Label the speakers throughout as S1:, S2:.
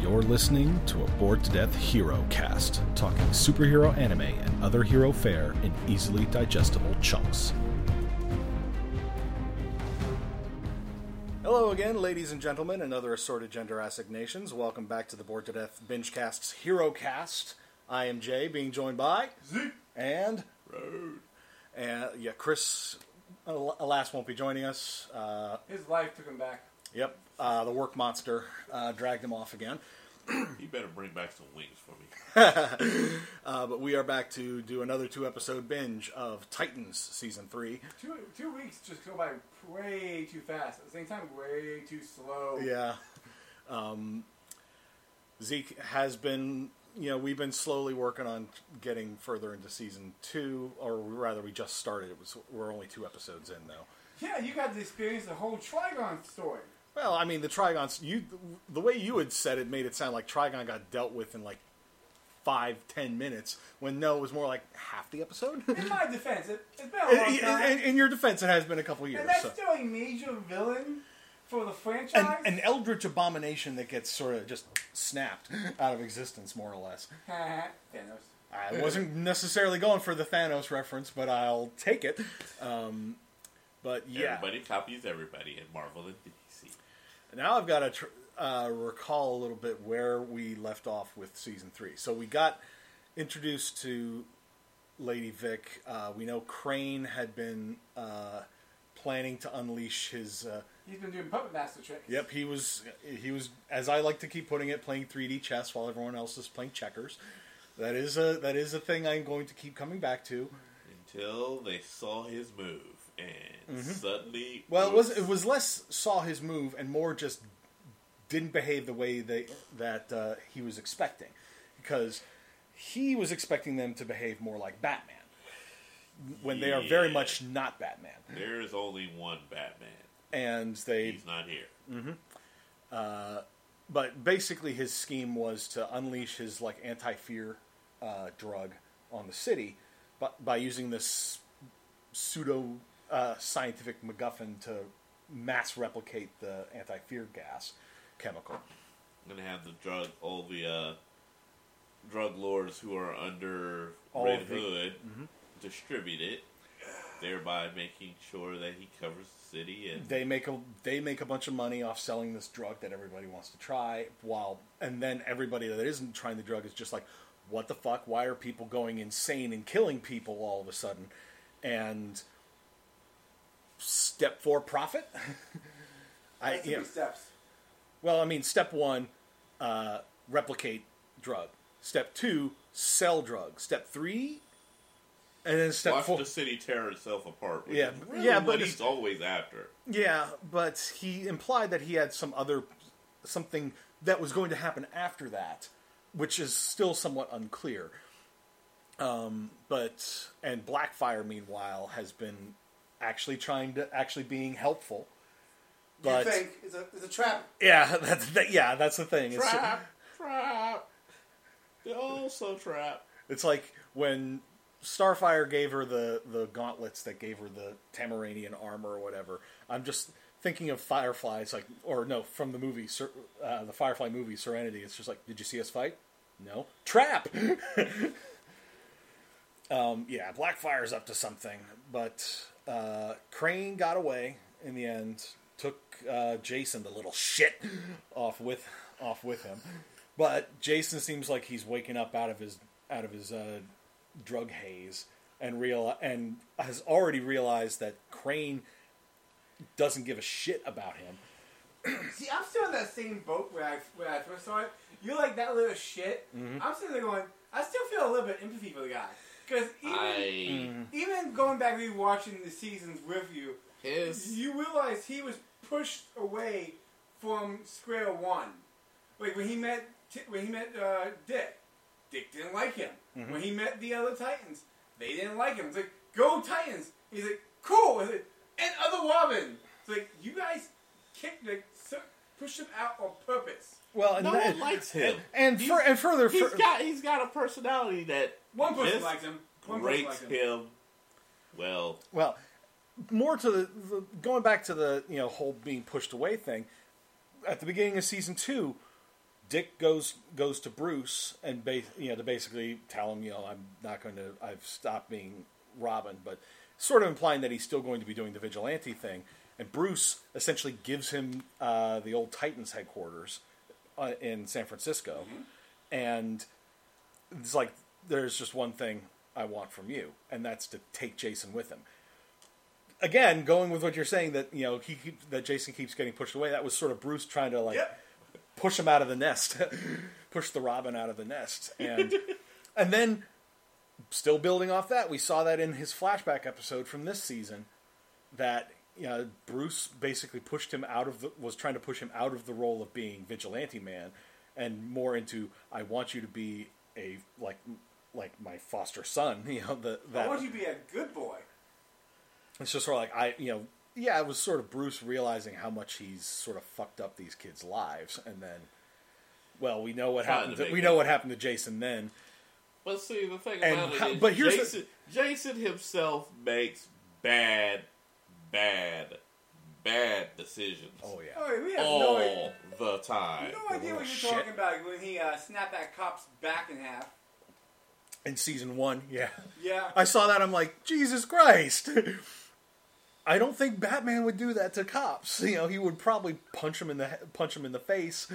S1: You're listening to a Bored to Death Hero Cast, talking superhero anime and other hero fare in easily digestible chunks.
S2: Hello again, ladies and gentlemen, and other assorted gender assignations. Welcome back to the Bored to Death Binge Cast's Hero Cast. I am Jay, being joined by Zeke and Road. And yeah, Chris, al- alas, won't be joining us. Uh,
S3: His life took him back.
S2: yep, uh, the work monster uh, dragged him off again.
S4: You better bring back some wings for me.
S2: Uh, but we are back to do another two episode binge of Titans season three.
S3: Two two weeks just go by way too fast. At the same time, way too slow.
S2: Yeah. Um, Zeke has been, you know, we've been slowly working on getting further into season two, or rather, we just started. It was we're only two episodes in though.
S3: Yeah, you got to experience the whole Trigon story.
S2: Well, I mean, the Trigons. You, the way you had said it, made it sound like Trigon got dealt with in like five, ten minutes. When no, it was more like half the episode.
S3: In my defense, it, it's been a
S2: in,
S3: long time.
S2: in- in your defense, it has been a couple years.
S3: and that's
S2: so-
S3: still a major villain for the franchise.
S2: an, an eldritch abomination that gets sort of just snapped out of existence, more or less.
S3: Thanos.
S2: I wasn't necessarily going for the Thanos reference, but I'll take it. Um, but yeah,
S4: Everybody copies everybody in Marvel and DC.
S2: now I've got to tr- uh, recall a little bit where we left off with season three. So we got introduced to Lady Vic. Uh, we know Crane had been uh, planning to unleash his. Uh,
S3: He's been doing puppet master tricks.
S2: Yep, he was he was as I like to keep putting it, playing 3D chess while everyone else is playing checkers. That is a that is a thing I'm going to keep coming back to.
S4: Until they saw his move and suddenly
S2: Mm-hmm. Well, it
S4: oops,
S2: was it was less saw his move and more just didn't behave the way they, that uh, he was expecting, because he was expecting them to behave more like Batman when they are very
S4: Yeah.
S2: much not Batman,
S4: there is only one Batman.
S2: and they.
S4: He's not here.
S2: Mm-hmm. But basically, his scheme was to unleash his like anti-fear uh, drug on the city, but by using this pseudo uh, scientific MacGuffin to mass replicate the anti-fear gas chemical.
S4: I'm gonna have the drug all the uh, drug lords who are under
S2: All
S4: Red
S2: of Mm-hmm. the-
S4: Hood distribute it, thereby making sure that he covers the city and
S2: they make a they make a bunch of money off selling this drug that everybody wants to try while and then everybody that isn't trying the drug is just like what the fuck why are people going insane and killing people all of a sudden and step 4 profit I
S3: That's three
S2: yeah.
S3: steps.
S2: well I mean step 1 uh, replicate drug step 2 sell drug step 3 and then step
S4: watch
S2: 4
S4: the city tear itself apart. Which
S2: Yeah,
S4: is
S2: but-
S4: really
S2: yeah,
S4: what
S2: but
S4: he's
S2: it's-
S4: always after.
S2: Yeah, but he implied that he had some other something that was going to happen after that, which is still somewhat unclear. Um, but and Blackfire, meanwhile, has been actually trying to actually being helpful. But
S3: you think it's a, it's a trap?
S2: yeah, that's that, yeah, that's the thing. It's,
S4: trap, trap. They're all so trap.
S2: it's like when Starfire gave her the the gauntlets that gave her the Tamaranian armor or whatever. I'm just thinking of Fireflies, like or no, from the movie, Ser- uh, the Firefly movie, Serenity. It's just like, did you see us fight? No, trap. um, yeah, Blackfire's up to something, but uh, Crane got away in the end. Took uh, Jason, the little shit, off with off with him. But Jason seems like he's waking up out of his out of his uh, drug haze and real and has already realized that Crane doesn't give a shit about him.
S3: See, I'm still in that same boat where I, where I first saw it. You're like that little shit.
S2: Mm-hmm.
S3: I'm sitting there going, I still feel a little bit empathy for the guy. Because even,
S4: I
S3: even going back rewatching the seasons with you,
S4: his
S3: you realize he was pushed away from square one. Like when he met Ti- when he met uh, Dick, Dick didn't like him.
S2: Mm-hmm.
S3: When he met the other Titans, they didn't like him. It's like go Titans. He's like cool. He's like, and other Robin. It's like you guys kicked like so, pushed him out on purpose.
S2: Well, and
S4: no
S2: Mm. that-
S4: one likes him.
S2: and fur- and further,
S4: He's
S2: fur-
S4: got he's got a personality that
S3: One person
S4: just
S3: likes him. One person
S4: Breaks
S3: likes him.
S4: him. Well,
S2: well, more to the, the going back to the you know whole being pushed away thing at the beginning of season two. Dick goes goes to Bruce and ba- you know to basically tell him you know I'm not going to I've stopped being Robin, but sort of implying that he's still going to be doing the vigilante thing. And Bruce essentially gives him uh, the old Titans headquarters uh, in San Francisco, and it's like there's just one thing I want from you, and that's to take Jason with him again, going with what you're saying that you know he keep, that Jason keeps getting pushed away. That was sort of Bruce trying to like
S3: Yep.
S2: push him out of the nest, push the Robin out of the nest, and and then still building off that, we saw that in his flashback episode from this season that you know, Bruce basically pushed him out of the, was trying to push him out of the role of being vigilante man and more into I want you to be a like like my foster son, you know the that
S3: I want you to be a good boy.
S2: it's just sort of like I, you know, yeah, it was sort of Bruce realizing how much he's sort of fucked up these kids' lives, and then, well, we know what
S4: Trying
S2: happened.
S4: to
S2: To,
S4: make
S2: we know
S4: it-
S2: what happened to Jason then.
S4: But see, the thing
S2: And
S4: about
S2: how-
S4: it is,
S2: but here's the-
S4: Jason, Jason himself makes bad, bad, bad decisions
S2: Oh yeah,
S3: Oh, we have
S4: all
S3: no idea,
S4: the time.
S3: no idea what you're
S2: shit.
S3: talking about when he uh, snapped that cop's back in half.
S2: in season one, yeah,
S3: Yeah.
S2: I saw that. I'm like, Jesus Christ! I don't think Batman would do that to cops. You know, he would probably punch him in the he- punch him in the face,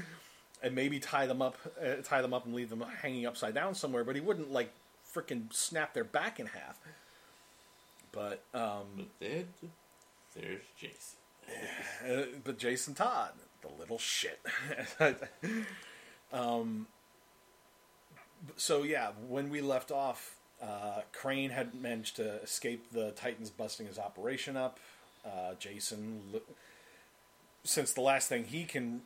S2: and maybe tie them up, uh, tie them up, and leave them hanging upside down somewhere. But he wouldn't like freaking snap their back in half. But
S4: But then there's Jason.
S2: Uh, but Jason Todd, the little shit. um, so yeah, when we left off, uh, Crane had managed to escape the Titans busting his operation up. Uh, Jason, li- since the last thing he can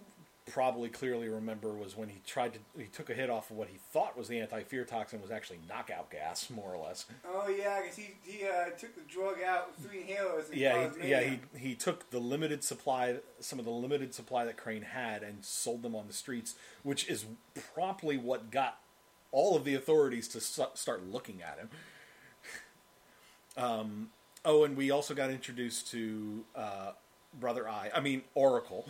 S2: probably clearly remember was when he tried to he took a hit off of what he thought was the anti-fear toxin was actually knockout gas more or less
S3: Oh yeah, because he he uh, took the drug out with three inhalers. And
S2: Yeah,
S3: caused
S2: he, yeah. He
S3: mayhem.
S2: he took the limited supply, some of the limited supply that Crane had, and sold them on the streets, which is promptly what got all of the authorities to su- start looking at him. Um. Oh, and we also got introduced to uh, Brother I. I mean Oracle,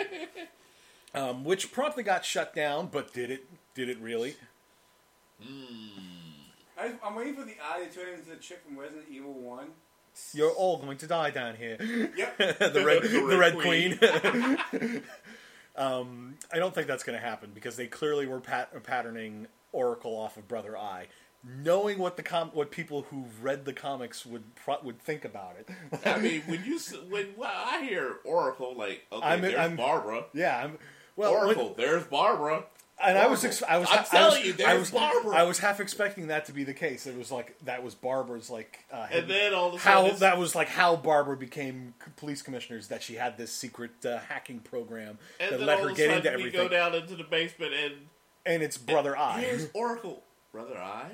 S2: um, which promptly got shut down. But did it? Did it really?
S3: I just, I'm waiting for the eye to turn into the chick from Resident Evil One.
S2: You're all going to die down here.
S3: Yep.
S2: the red,
S4: The
S2: the
S4: Red
S2: red
S4: Queen.
S2: queen. um, I don't think that's going to happen because they clearly were pat- uh, patterning Oracle off of Brother Eye, knowing what the com- what people who read the comics would pro- would think about it.
S4: I mean, when you s- when well, I hear Oracle, like okay,
S2: I'm-
S4: there's
S2: I'm-
S4: Barbara.
S2: yeah, I'm, well, when-
S4: Oracle, there's Barbara.
S2: and I was, ex-
S4: Oracle.
S2: I was,
S4: I'm
S2: ha- I
S4: telling
S2: was,
S4: you,
S2: I
S4: there's
S2: was,
S4: Barbara.
S2: I was half expecting that to be the case. It was like that was Barbara's like, uh,
S4: and then all of a sudden,
S2: how
S4: it's-
S2: that was like how Barbara became c- police commissioners. That she had this secret uh, hacking program
S4: and
S2: that
S4: then
S2: let
S4: all
S2: her
S4: of a
S2: get
S4: sudden
S2: into
S4: we
S2: everything.
S4: go down into the basement and
S2: and it's Brother Eye.
S4: Here's Oracle. Brother I?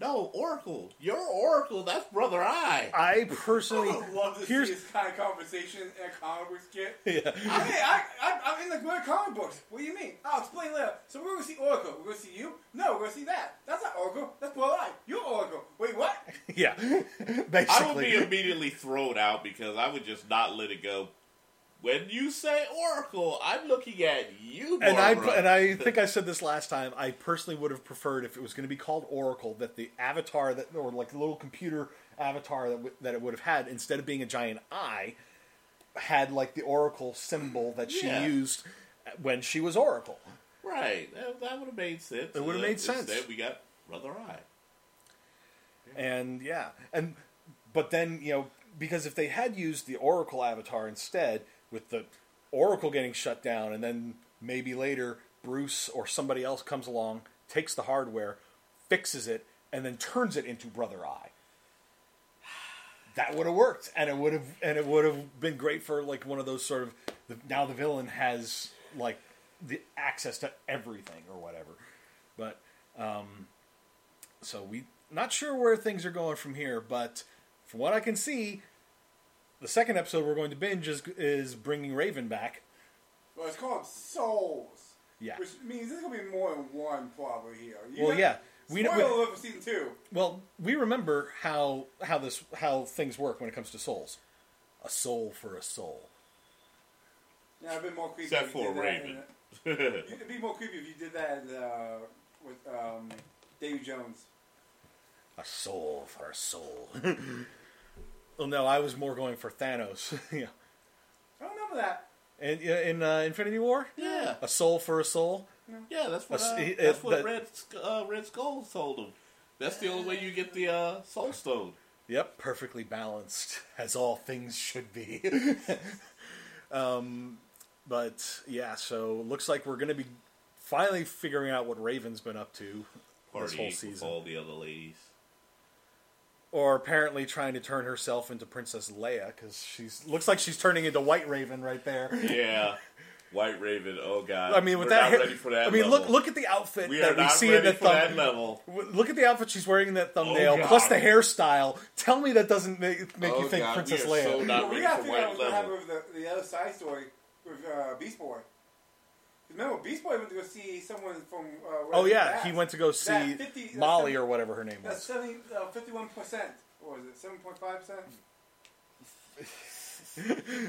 S4: No, Oracle. You're Oracle. That's Brother I.
S2: I
S3: I
S2: personally
S3: would love to
S2: here's
S3: see this kind of conversation in a comic book skit.
S2: yeah.
S3: I mean, I, I, I'm in the we're comic books. What do you mean? I'll explain later. So we're gonna see Oracle. We're gonna see you. No, we're gonna see that. That's not Oracle. That's Paul Eye. You're Oracle. Wait, what?
S2: yeah. Basically,
S4: I would be immediately thrown out because I would just not let it go. When you say Oracle, I'm looking at you,
S2: and I
S4: Barbara.
S2: and I think I said this last time. I personally would have preferred if it was going to be called Oracle that the avatar that or like the little computer avatar that w- that it would have had instead of being a giant eye had like the Oracle symbol that she
S4: Yeah.
S2: used when she was Oracle.
S4: right. That, that would have made sense.
S2: It would have
S4: Uh,
S2: made sense.
S4: Instead, we got Brother I.
S2: and yeah and but then you know because if they had used the oracle avatar instead with the oracle getting shut down and then maybe later bruce or somebody else comes along takes the hardware fixes it and then turns it into brother eye that would have worked and it would have and it would have been great for like one of those sort of the, now the villain has like the access to everything or whatever but so we not sure where things are going from here, but from what I can see, the second episode we're going to binge is is bringing Raven back.
S3: Well, it's called Souls.
S2: Yeah.
S3: Which means there's gonna be more than one probably here. You
S2: Well,
S3: know-
S2: yeah. We-
S3: Spoiler
S2: we-
S3: alert for season two.
S2: Well, we remember how how this how things work when it comes to souls. A soul for a soul.
S3: No, it'd be more creepy.
S4: Except
S3: if you did
S4: for
S3: that
S4: Raven.
S3: in a- it'd be more creepy if you did that uh, with um, Davy Jones.
S2: A soul for a soul. well, no, I was more going for Thanos. yeah.
S3: I don't remember that.
S2: And yeah, in uh, Infinity War,
S4: yeah,
S2: a soul for a soul.
S4: yeah. That's what
S2: Uh,
S4: uh,
S2: he-
S4: that's
S2: uh,
S4: what
S2: that-
S4: Red Sk- uh, Red Skull told him. That's the only way you get the uh, Soul Stone.
S2: Yep, perfectly balanced, as all things should be. um, but yeah, so looks like we're going to be finally figuring out what Raven's been up to this
S4: Party
S2: whole
S4: with
S2: season,
S4: all the other ladies.
S2: or apparently trying to turn herself into Princess Leia because she's looks like she's turning into White Raven right there.
S4: Yeah, White Raven. Oh God.
S2: I mean, with
S4: We're
S2: that,
S4: not
S2: hair-
S4: ready for that.
S2: I mean,
S4: level.
S2: look look at the outfit
S4: We are
S2: that we
S4: not
S2: see in
S4: ready
S2: that
S4: for that
S2: thumbnail.
S4: level. Oh,
S2: Look at the outfit she's wearing in that thumbnail,
S4: God.
S2: plus the hairstyle. Tell me that doesn't make, make
S4: Oh,
S2: you think
S4: God, we
S2: Princess
S4: are
S2: Leia.
S4: so not
S3: Well, we
S4: ready
S3: gotta
S4: for
S3: figure out
S4: white
S3: what's gonna happen
S4: level.
S3: with the, the other side story with uh, Beast Boy. 'Cause Remember, Beast Boy went to go see someone from. Uh,
S2: Oh
S3: Red
S2: yeah,
S3: Bass.
S2: he went to go see
S3: 50 that's
S2: Molly
S3: seven-
S2: or whatever her name
S3: That's
S2: was.
S3: 70, uh, 51%. Or was it 7.5%?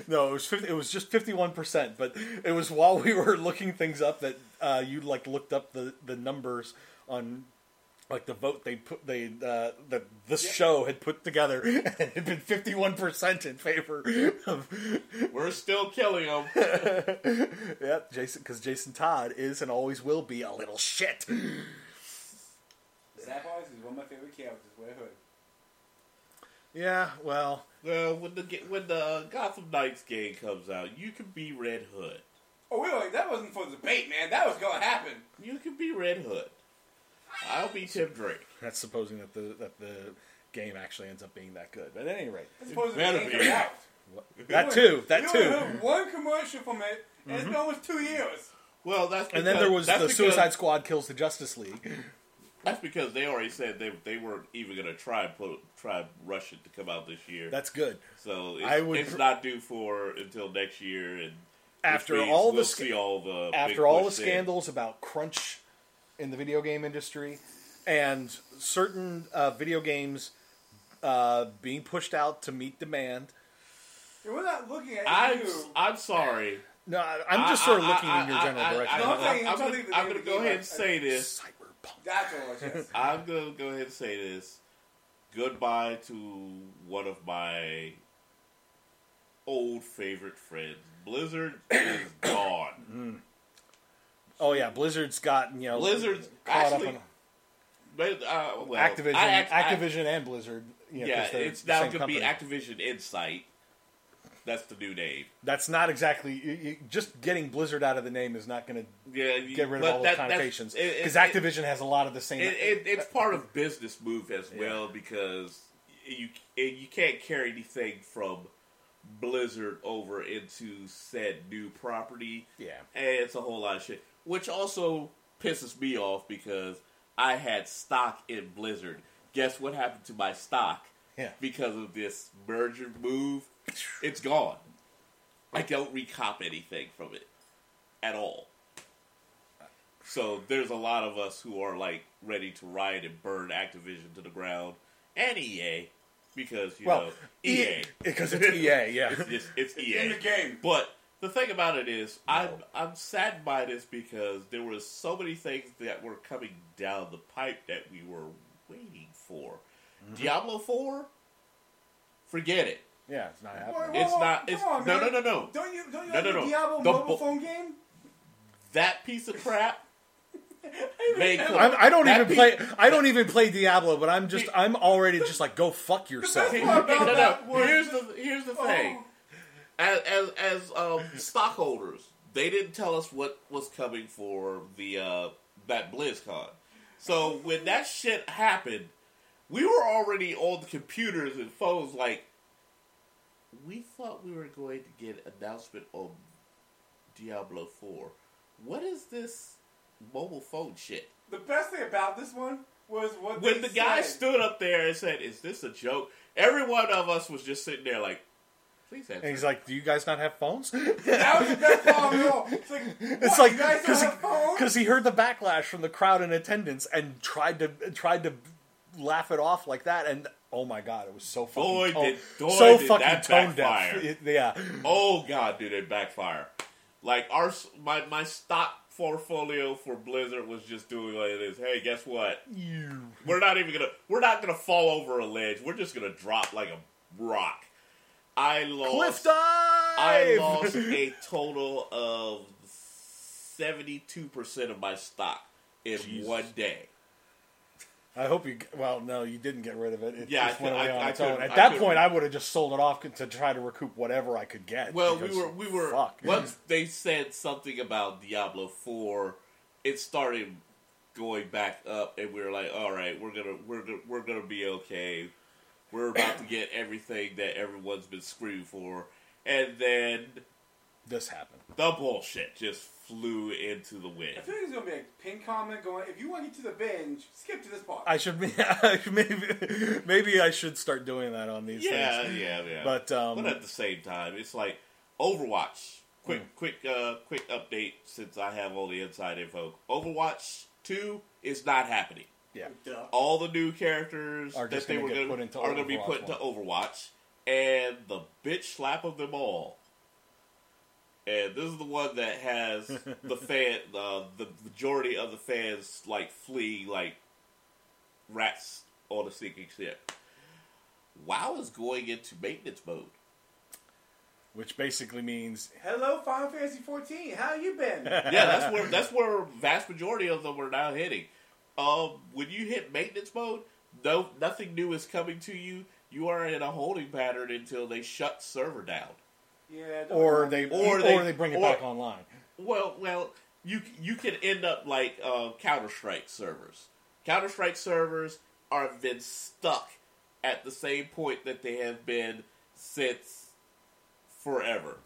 S2: No, it was 50, it was just fifty one percent, but it was while we were looking things up that uh, you like looked up the, the numbers on like the vote they put they uh, that this
S3: Yeah.
S2: show had put together and it had been fifty one percent in favor of
S4: We're still killing them.
S2: yep Jason because Jason Todd is and always will be a little shit.
S3: Sapphire is one of my favorite characters. Wear hood.
S2: Yeah, well,
S4: well, when the ga- when the Gotham Knights game comes out, you can be Red Hood.
S3: Oh, wait, wait, that wasn't for debate, man. That was gonna happen.
S4: You can be Red Hood. I'll be Tim Drake.
S2: that's supposing that the that the game actually ends up being that good. But at any rate,
S3: It's supposed to
S4: better
S3: be.
S4: be.
S3: coming out.
S2: that
S3: You only-
S2: too, that
S3: you
S2: too.
S3: only heard one commercial from it, and it's been
S4: Mm-hmm.
S3: almost two years.
S4: Well, that's because,
S2: And then there was
S4: that's
S2: the
S4: because-
S2: Suicide Squad kills the Justice League.
S4: That's because they already said they they weren't even going to try and put try and rush it to come out this year.
S2: That's good.
S4: so it's,
S2: I would
S4: it's
S2: pr-
S4: not due for until next year. And which
S2: After
S4: means
S2: all the
S4: we'll
S2: sc-
S4: see all the big
S2: After all the
S4: push then.
S2: scandals about crunch in the video game industry and certain uh, video games uh, being pushed out to meet demand.
S3: And we're not looking at
S4: I'm
S3: you.
S4: I'm sorry.
S2: No, I, I'm just sort of looking in your general
S4: I,
S2: direction.
S3: No, I'm
S4: I,
S3: saying-
S4: am
S3: I'm
S4: gonna,
S3: saying that
S4: I'm
S3: they
S4: gonna
S3: would
S4: go
S3: be
S4: ahead
S3: like-
S4: and say this.
S2: Cyberpunk.
S3: That's all it's just.
S4: I'm gonna go ahead and say this. Goodbye to one of my old favorite friends. Blizzard is gone.
S2: Oh yeah, Blizzard's gotten you know
S4: Blizzard's
S2: caught
S4: actually-
S2: up in
S4: But, uh, well,
S2: Activision,
S4: I act- I-
S2: Activision and Blizzard. You know, 'cause
S4: yeah,
S2: they're
S4: it's
S2: the
S4: now
S2: same
S4: gonna be
S2: company.
S4: Activision Insight. That's the new name.
S2: That's not exactly you, you, just getting Blizzard out of the name is not going to
S4: Yeah, you,
S2: get rid of
S4: but
S2: all
S4: that-
S2: the
S4: that's-
S2: connotations
S4: it- it-
S2: because
S4: it-
S2: Activision has a lot of the same.
S4: it, it, it's part of business move as well because you you can't carry anything from Blizzard over into said new property.
S2: Yeah.
S4: and it's a whole lot of shit, which also pisses me off because I had stock in Blizzard. Guess what happened to my stock?
S2: Yeah.
S4: because of this merger move, it's gone. I don't recop anything from it at all. So there's a lot of us who are like ready to riot and burn Activision to the ground and EA because you know
S2: well,
S4: EA.
S2: E because it's EA. Yeah,
S4: E It's, just- it's EA
S3: E In the game.
S4: But the thing about it is, I'm I'm saddened by this because there were so many things that were coming down the pipe that we were waiting for.
S3: Mm-hmm.
S4: Diablo Four, forget it.
S2: yeah, it's not
S3: Whoa, whoa,
S2: happening.
S4: It's
S3: whoa,
S4: not-
S3: come
S4: it's-
S3: on,
S4: no,
S3: man.
S4: no, no, no.
S3: Don't you don't you
S4: No,
S3: like
S4: no,
S3: the
S4: no.
S3: Diablo
S4: The
S3: mobile
S4: bo-
S3: phone game?
S4: That piece of crap. They could-
S2: I'm, I don't
S4: that
S2: even
S4: piece-
S2: play. I don't even play Diablo, but I'm just.
S4: He-
S2: I'm already just like go fuck yourself.
S3: best
S4: no,
S3: part about
S4: no,
S3: that
S4: no.
S3: was-
S4: Here's the here's the thing.
S3: Oh.
S4: As as, as um, stockholders, they didn't tell us what was coming for the uh, that BlizzCon. So when that shit happened, we were already on the computers and phones. Like we thought we were going to get announcement on Diablo Four. What is this mobile phone shit?
S3: The best thing about this one was what
S4: when
S3: they
S4: the guy
S3: said.
S4: stood up there and said, "Is this a joke?" Every one of us was just sitting there like, "Please answer."
S2: And he's like, "Do you guys not have phones?"
S3: That was the best part of it all. It's like,
S2: It's
S3: what,
S2: like
S3: you guys don't have phones?
S2: because he, heard the backlash from the crowd in attendance and tried to tried to laugh it off like that. And oh my god, it was so fucking
S4: Boy,
S2: tone,
S4: did- boy,
S2: so
S4: did
S2: fucking
S4: that
S2: tone
S4: backfire.
S2: deaf. It- yeah,
S4: Oh God, dude, it backfire. Like our s- my my stock portfolio for Blizzard was just doing like this. Hey, guess what? We're not even gonna we're not gonna fall over a ledge. We're just gonna drop like a rock. I lost.
S2: Cliff dive.
S4: I lost a total of seventy-two percent of my stock in
S1: Jesus.
S4: one day.
S2: I hope you. Well, no, you didn't get rid of it. It
S4: Yeah,
S2: just
S4: I
S2: went
S4: could-
S2: away
S4: I-
S2: on
S4: I
S2: its own.
S4: could-
S2: At
S4: I
S2: that
S4: could-
S2: point, I would have just sold it off to try to recoup whatever I could get.
S4: Well, we
S2: because
S4: were we were
S2: fuck.
S4: once they said something about Diablo Four, it started going back up, and we were like, "All right, we're gonna we're gonna, we're gonna be okay. We're about to get everything that everyone's been screaming for." And then
S2: this happened.
S4: the bullshit just flew into the wind.
S3: I feel like there's gonna be a pin comment going. If you want to get to the binge, skip to this part.
S2: I should be- I should maybe maybe I should start doing that on these
S4: Yeah,
S2: things.
S4: yeah, yeah.
S2: But, um,
S4: but at the same time, it's like Overwatch. Quick,
S2: Mm.
S4: quick, uh, quick update since I have all the inside info. Overwatch Two is not happening.
S2: Yeah,
S3: Duh.
S4: all the new characters
S2: Are
S4: that
S2: just
S4: they
S2: gonna
S4: were
S2: get
S4: gonna,
S2: put into
S4: are going to be
S2: Overwatch
S4: put into Overwatch, and the bitch slap of them all. And this is the one that has the fan, uh, the majority of the fans like flee like rats on a sinking ship. WoW is going into maintenance mode.
S2: which basically means
S3: Hello, Final Fantasy 14. How you been?
S4: Yeah, that's where that's where vast majority of them are now hitting. Um, when you hit maintenance mode, no nothing new is coming to you. You are in a holding pattern until they shut server down.
S3: yeah. don't
S2: or
S3: worry.
S2: they or,
S4: Or they-
S2: they bring it
S4: or-
S2: back online.
S4: Well, well, you you can end up like uh, Counter Strike servers. Counter Strike servers are been stuck at the same point that they have been since forever.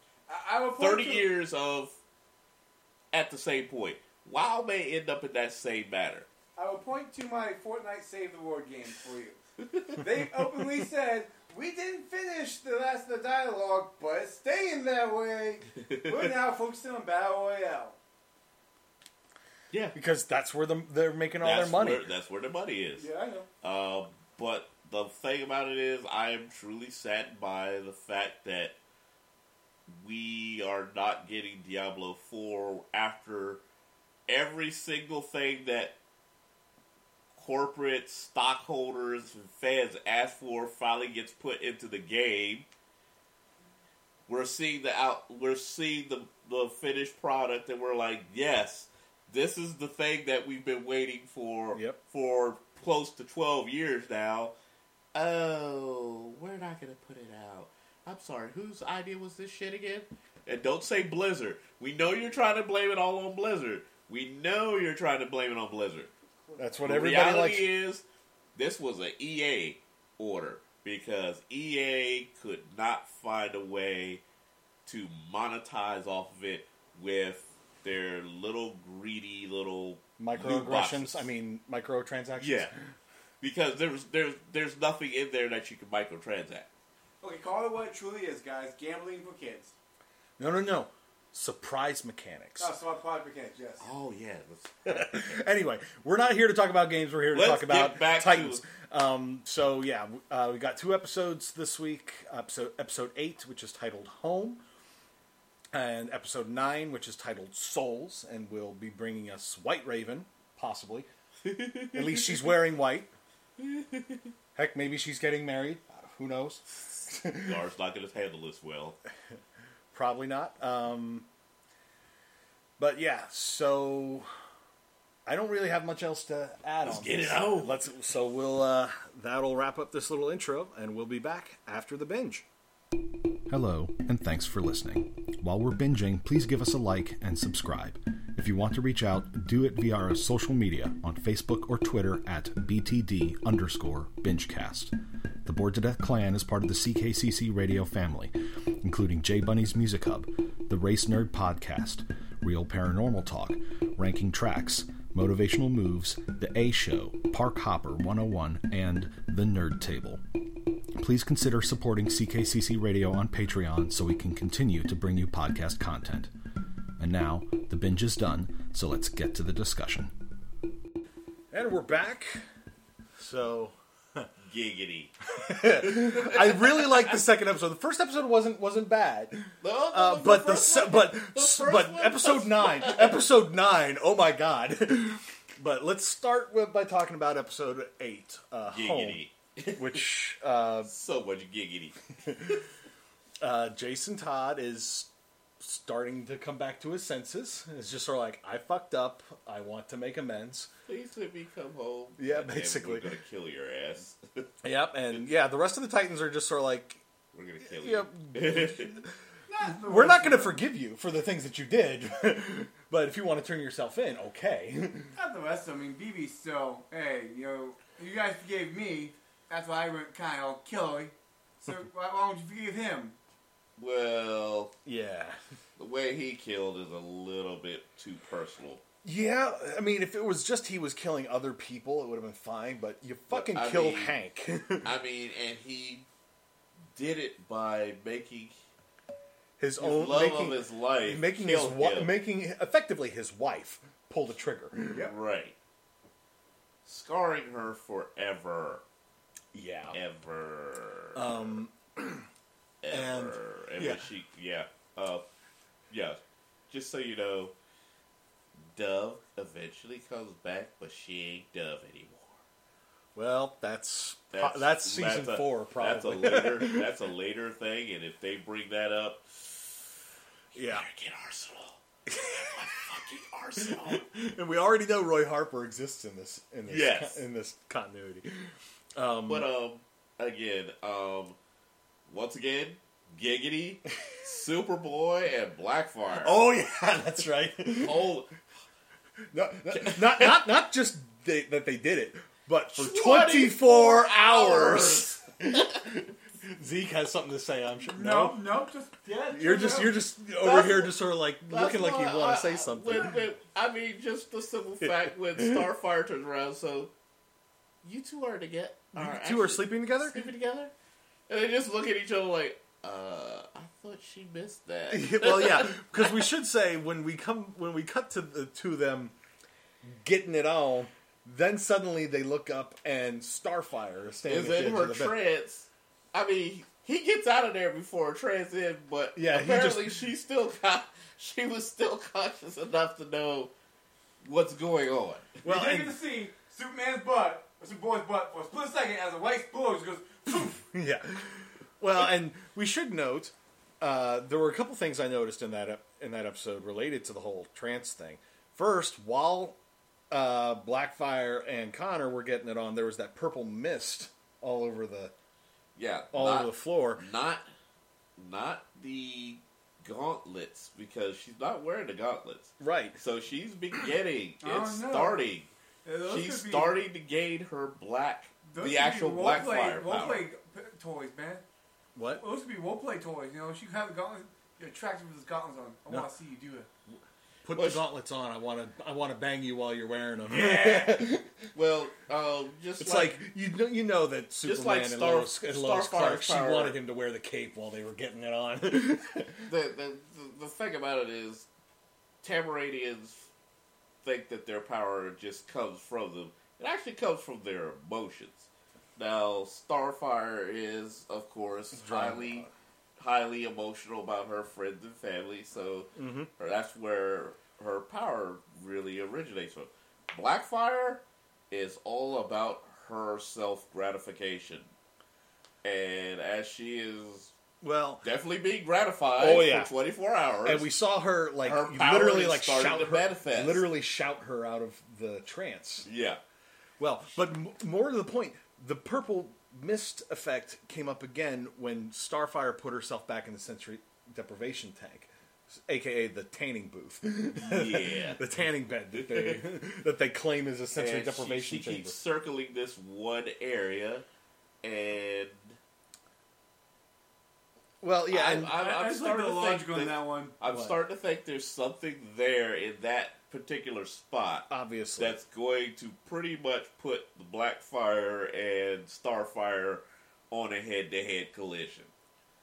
S3: I, I would point
S4: Thirty
S3: to-
S4: years of at the same point. WoW may end up in that same manner.
S3: I will point to my Fortnite Save the World games for you. they openly said, we didn't finish the last of the dialogue, but it's staying that way. We're now focusing on Battle Royale.
S4: Yeah,
S2: Because that's where the, they're making all their money.
S4: Where, that's where the money is.
S3: Yeah, I know.
S4: Um, but the thing about it is, I am truly saddened by the fact that we are not getting Diablo 4 after every single thing that corporate stockholders and fans asked for finally gets put into the game. We're seeing the out. We're seeing the the finished product, and we're like, yes, this is the thing that we've been waiting for
S2: Yep.
S4: for close to twelve years now. Oh, we're not gonna put it out. I'm sorry. Whose idea was this shit again? And don't say Blizzard. We know you're trying to blame it all on Blizzard. We know you're trying to blame it on Blizzard.
S2: That's what
S4: The
S2: everybody likes.
S4: reality is, this was an EA order because EA could not find a way to monetize off of it with their little greedy little loot boxes.
S2: Microaggressions. I mean, microtransactions.
S4: yeah, because there's there's there's nothing in there that you can microtransact.
S3: Okay, call it what it truly is, guys. Gambling for kids.
S2: No, no, no. Surprise mechanics.
S3: Oh, so I probably for kids, yes.
S4: Oh yeah, that's-
S2: anyway, we're not here to talk about games. We're here to
S4: Let's
S2: talk about
S4: get back to-
S2: Titans. Um, so yeah, w- uh, we got two episodes this week. Episode episode eight, which is titled Home, and episode nine, which is titled Souls, and we'll be bringing us White Raven, possibly. At least she's wearing white. Heck, maybe she's getting married. Who knows?
S4: Gar's not going to handle this well.
S2: Probably not. Um, but yeah, so I don't really have much else to add on.
S4: get
S2: this.
S4: it out.
S2: Let's. So we'll. Uh, that'll wrap up this little intro, and we'll be back after the binge.
S1: Hello, and thanks for listening. While we're binging, please give us a like and subscribe. If you want to reach out, do it via our social media on Facebook or Twitter at BTD underscore bingecast. The Bored to Death clan is part of the CKCC radio family, including J Bunny's Music Hub, the Race Nerd Podcast, Real Paranormal Talk, Ranking Tracks, Motivational Moves, The A Show, Park Hopper 101, and The Nerd Table please consider supporting CKCC Radio on Patreon so we can continue to bring you podcast content. And now, the binge is done, so let's get to the discussion.
S2: And we're back. So
S4: Giggity.
S2: I really like the second episode. The first episode wasn't wasn't bad,
S4: No, no,
S2: uh,
S4: no,
S2: but the
S4: Oh, first
S2: se-
S4: one-
S2: but
S4: the
S2: s-
S4: first
S2: but
S4: one
S2: episode
S4: was-
S2: nine, episode nine. Oh my god! but let's start with by talking about episode eight, uh,
S4: giggity.
S2: home, which uh,
S4: So much giggity.
S2: uh, Jason Todd is starting to come back to his senses. It's just sort of like I fucked up. I want to make amends.
S4: Please let me come home.
S2: Yeah,
S4: And then
S2: basically.
S4: We're gonna kill your ass.
S2: Yep, and yeah, the rest of the Titans are just sort of like
S4: We're gonna kill
S2: Yep.
S4: you.
S3: Not the
S2: We're
S3: worst
S2: not going to
S3: of the-
S2: forgive you for the things that you did, but if you want to turn yourself in, okay.
S3: Not the rest of them. I mean, BB's still, hey, you know, you guys forgave me. That's why I went kind of all killy. So why, why don't you forgive him?
S4: well,
S2: Yeah.
S4: the way he killed is a little bit too personal.
S2: Yeah, I mean, if it was just he was killing other people, it would have been fine, but you fucking
S4: I
S2: killed
S4: mean-
S2: Hank.
S4: I mean, and he did it by making
S2: his
S4: his
S2: own.
S4: love
S2: Oh, Making,
S4: of his life
S2: making, his
S4: kill
S2: wi-
S4: him.
S2: making effectively his wife pull the trigger.
S3: Yep.
S4: right, scarring her forever,
S2: Yeah.
S4: ever,
S2: Um, and-
S4: ever. And,
S2: yeah.
S4: when she, yeah, uh, yeah. Just so you know, Dove eventually comes back, but she ain't Dove anymore.
S2: well, that's pro- that's, season
S4: that's a-
S2: four,
S4: That's a
S2: probably.
S4: later. that's a later thing, and if they bring that up,
S2: yeah.
S4: better get Arsenal. My fucking Arsenal.
S2: And we already know Roy Harper exists in this in this
S4: Yes.
S2: in this continuity.
S4: But um, again, um, once again, Giggity, Superboy, and Blackfire.
S2: Oh yeah, that's right.
S4: oh
S2: No, not, not, not, not just they, that they did it, but for 24,
S4: 24
S2: hours. Zeke has something to say, I'm sure.
S3: No, no, just yeah.
S2: You're
S3: chill
S2: just
S3: out.
S2: you're just over
S4: That's-
S2: here just sort of like
S4: that's
S2: looking like
S4: why
S2: you want
S4: I-
S2: to say something.
S4: when- when- I mean, just the simple fact when Starfire turns around, so you two are to get are
S2: Two are
S4: actually
S2: sleeping together?
S4: sleeping together, and they just look at each other like, uh, I thought she missed that.
S2: well, yeah, because we should say when we come when we cut to the to them getting it on, then suddenly they look up and Starfire is standing at
S4: is
S2: the
S4: in
S2: edge
S4: her
S2: of the bed.
S4: trance. I mean, he gets out of there before her trance in, but
S2: Yeah, he just-
S4: apparently she still got, she was still conscious enough to know what's going on.
S3: Well,
S2: Well,
S3: you
S2: and-
S3: get to see Superman's butt, or Superboy's butt, for a split second as a white explodes goes. Poof.
S2: yeah. Well, and we should note uh, there were a couple things I noticed in that ep- in that episode related to the whole trance thing. First, while uh, Blackfire and Connor were getting it on, there was that purple mist all over the
S4: Yeah,
S2: all
S4: not,
S2: over the floor.
S4: not, not the gauntlets because she's not wearing the gauntlets,
S2: Right.
S4: so she's beginning.
S3: Oh,
S4: It's
S3: no.
S4: starting.
S3: Yeah, those
S4: she's
S3: could be-
S4: starting to gain her black,
S3: those could
S4: the
S3: be
S4: actual
S3: role
S4: black
S3: play-
S4: fire
S3: role
S4: power.
S3: play p- toys, man.
S2: What?
S3: Those would be role play toys. You know, she could have the gauntlets. You're attracted with those gauntlets on. I
S2: No.
S3: want to see you do it.
S2: Put
S4: Well,
S2: the
S4: she-
S2: gauntlets on. I want to. I want to bang you while you're wearing them.
S4: Well, um, just
S2: It's like, you know, you know that Superman
S4: like
S2: and
S4: Star-
S2: Lois, and Lois
S4: Starfire's
S2: Clark. She
S4: power.
S2: wanted him to wear the cape while they were getting it on.
S4: the, the the thing about it is, Tamaranians think that their power just comes from them. It actually comes from their emotions. Now, Starfire is, of course, highly highly emotional about her friends and family, so her- that's where her power really originates from. Blackfire is all about her self gratification. And as she is
S2: well,
S4: definitely being gratified
S2: Oh, yeah.
S4: for 24 hours.
S2: and we saw her like
S4: Her power
S2: literally
S4: is
S2: like
S4: starting
S2: shout
S4: to
S2: her,
S4: manifest.
S2: literally shout her out of the trance.
S4: yeah,
S2: Well, but m- more to the point, the purple mist effect came up again when Starfire put herself back in the sensory deprivation tank, aka the tanning booth,
S4: yeah.
S2: the tanning bed that they that they claim is a sensory
S4: And
S2: deprivation
S4: she, she
S2: chamber.
S4: keeps circling this one area, and
S2: Well, yeah,
S4: I-
S2: and,
S4: I- I'm-
S3: I,
S4: I'm
S3: I just like
S4: starting
S3: the
S4: to think
S3: logic on
S4: that-
S3: that one.
S4: I'm
S2: What?
S4: starting to think there's something there in that particular spot
S2: obviously,
S4: that's going to pretty much put the Blackfire and Starfire on a head-to-head collision.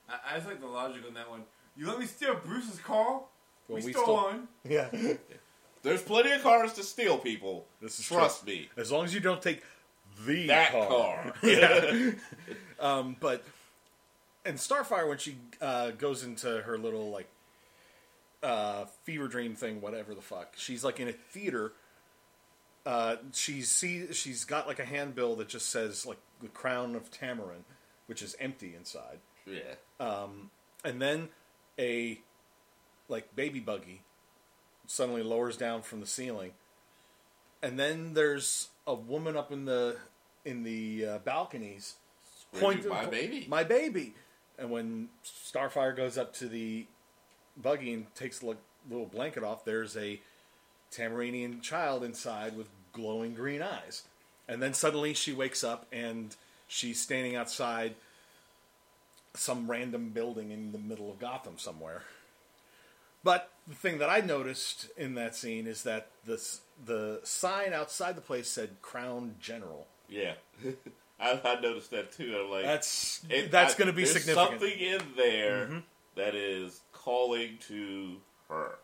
S3: I, I just like the logic on that one. You let me steal Bruce's car?
S2: Well,
S3: we,
S2: we
S3: stole
S2: stole-
S3: one.
S2: yeah.
S4: There's plenty of cars to steal, people.
S2: This is
S4: Trust me.
S2: As long as you don't take the
S4: that
S2: car.
S4: car.
S2: Um, but and Starfire when she uh, goes into her little like uh, fever dream thing, whatever the fuck, she's like in a theater. Uh, she see she's got like a handbill that just says like the crown of Tamarin, which is empty inside,
S4: yeah.
S2: and then a like baby buggy suddenly lowers down from the ceiling, and then there's a woman up in the in the uh, balconies
S4: Point my baby.
S2: my baby. And when Starfire goes up to the buggy and takes a look- little blanket off, there's a Tamaranian child inside with glowing green eyes. And then suddenly she wakes up and she's standing outside some random building in the middle of Gotham somewhere. But the thing that I noticed in that scene is that this, the sign outside the place said Crown General.
S4: yeah. I, I noticed that too. I'm like,
S2: That's
S4: It-
S2: that's
S4: I-
S2: going to be
S4: there's
S2: significant. Mm-hmm.
S4: Something in there that is calling to her.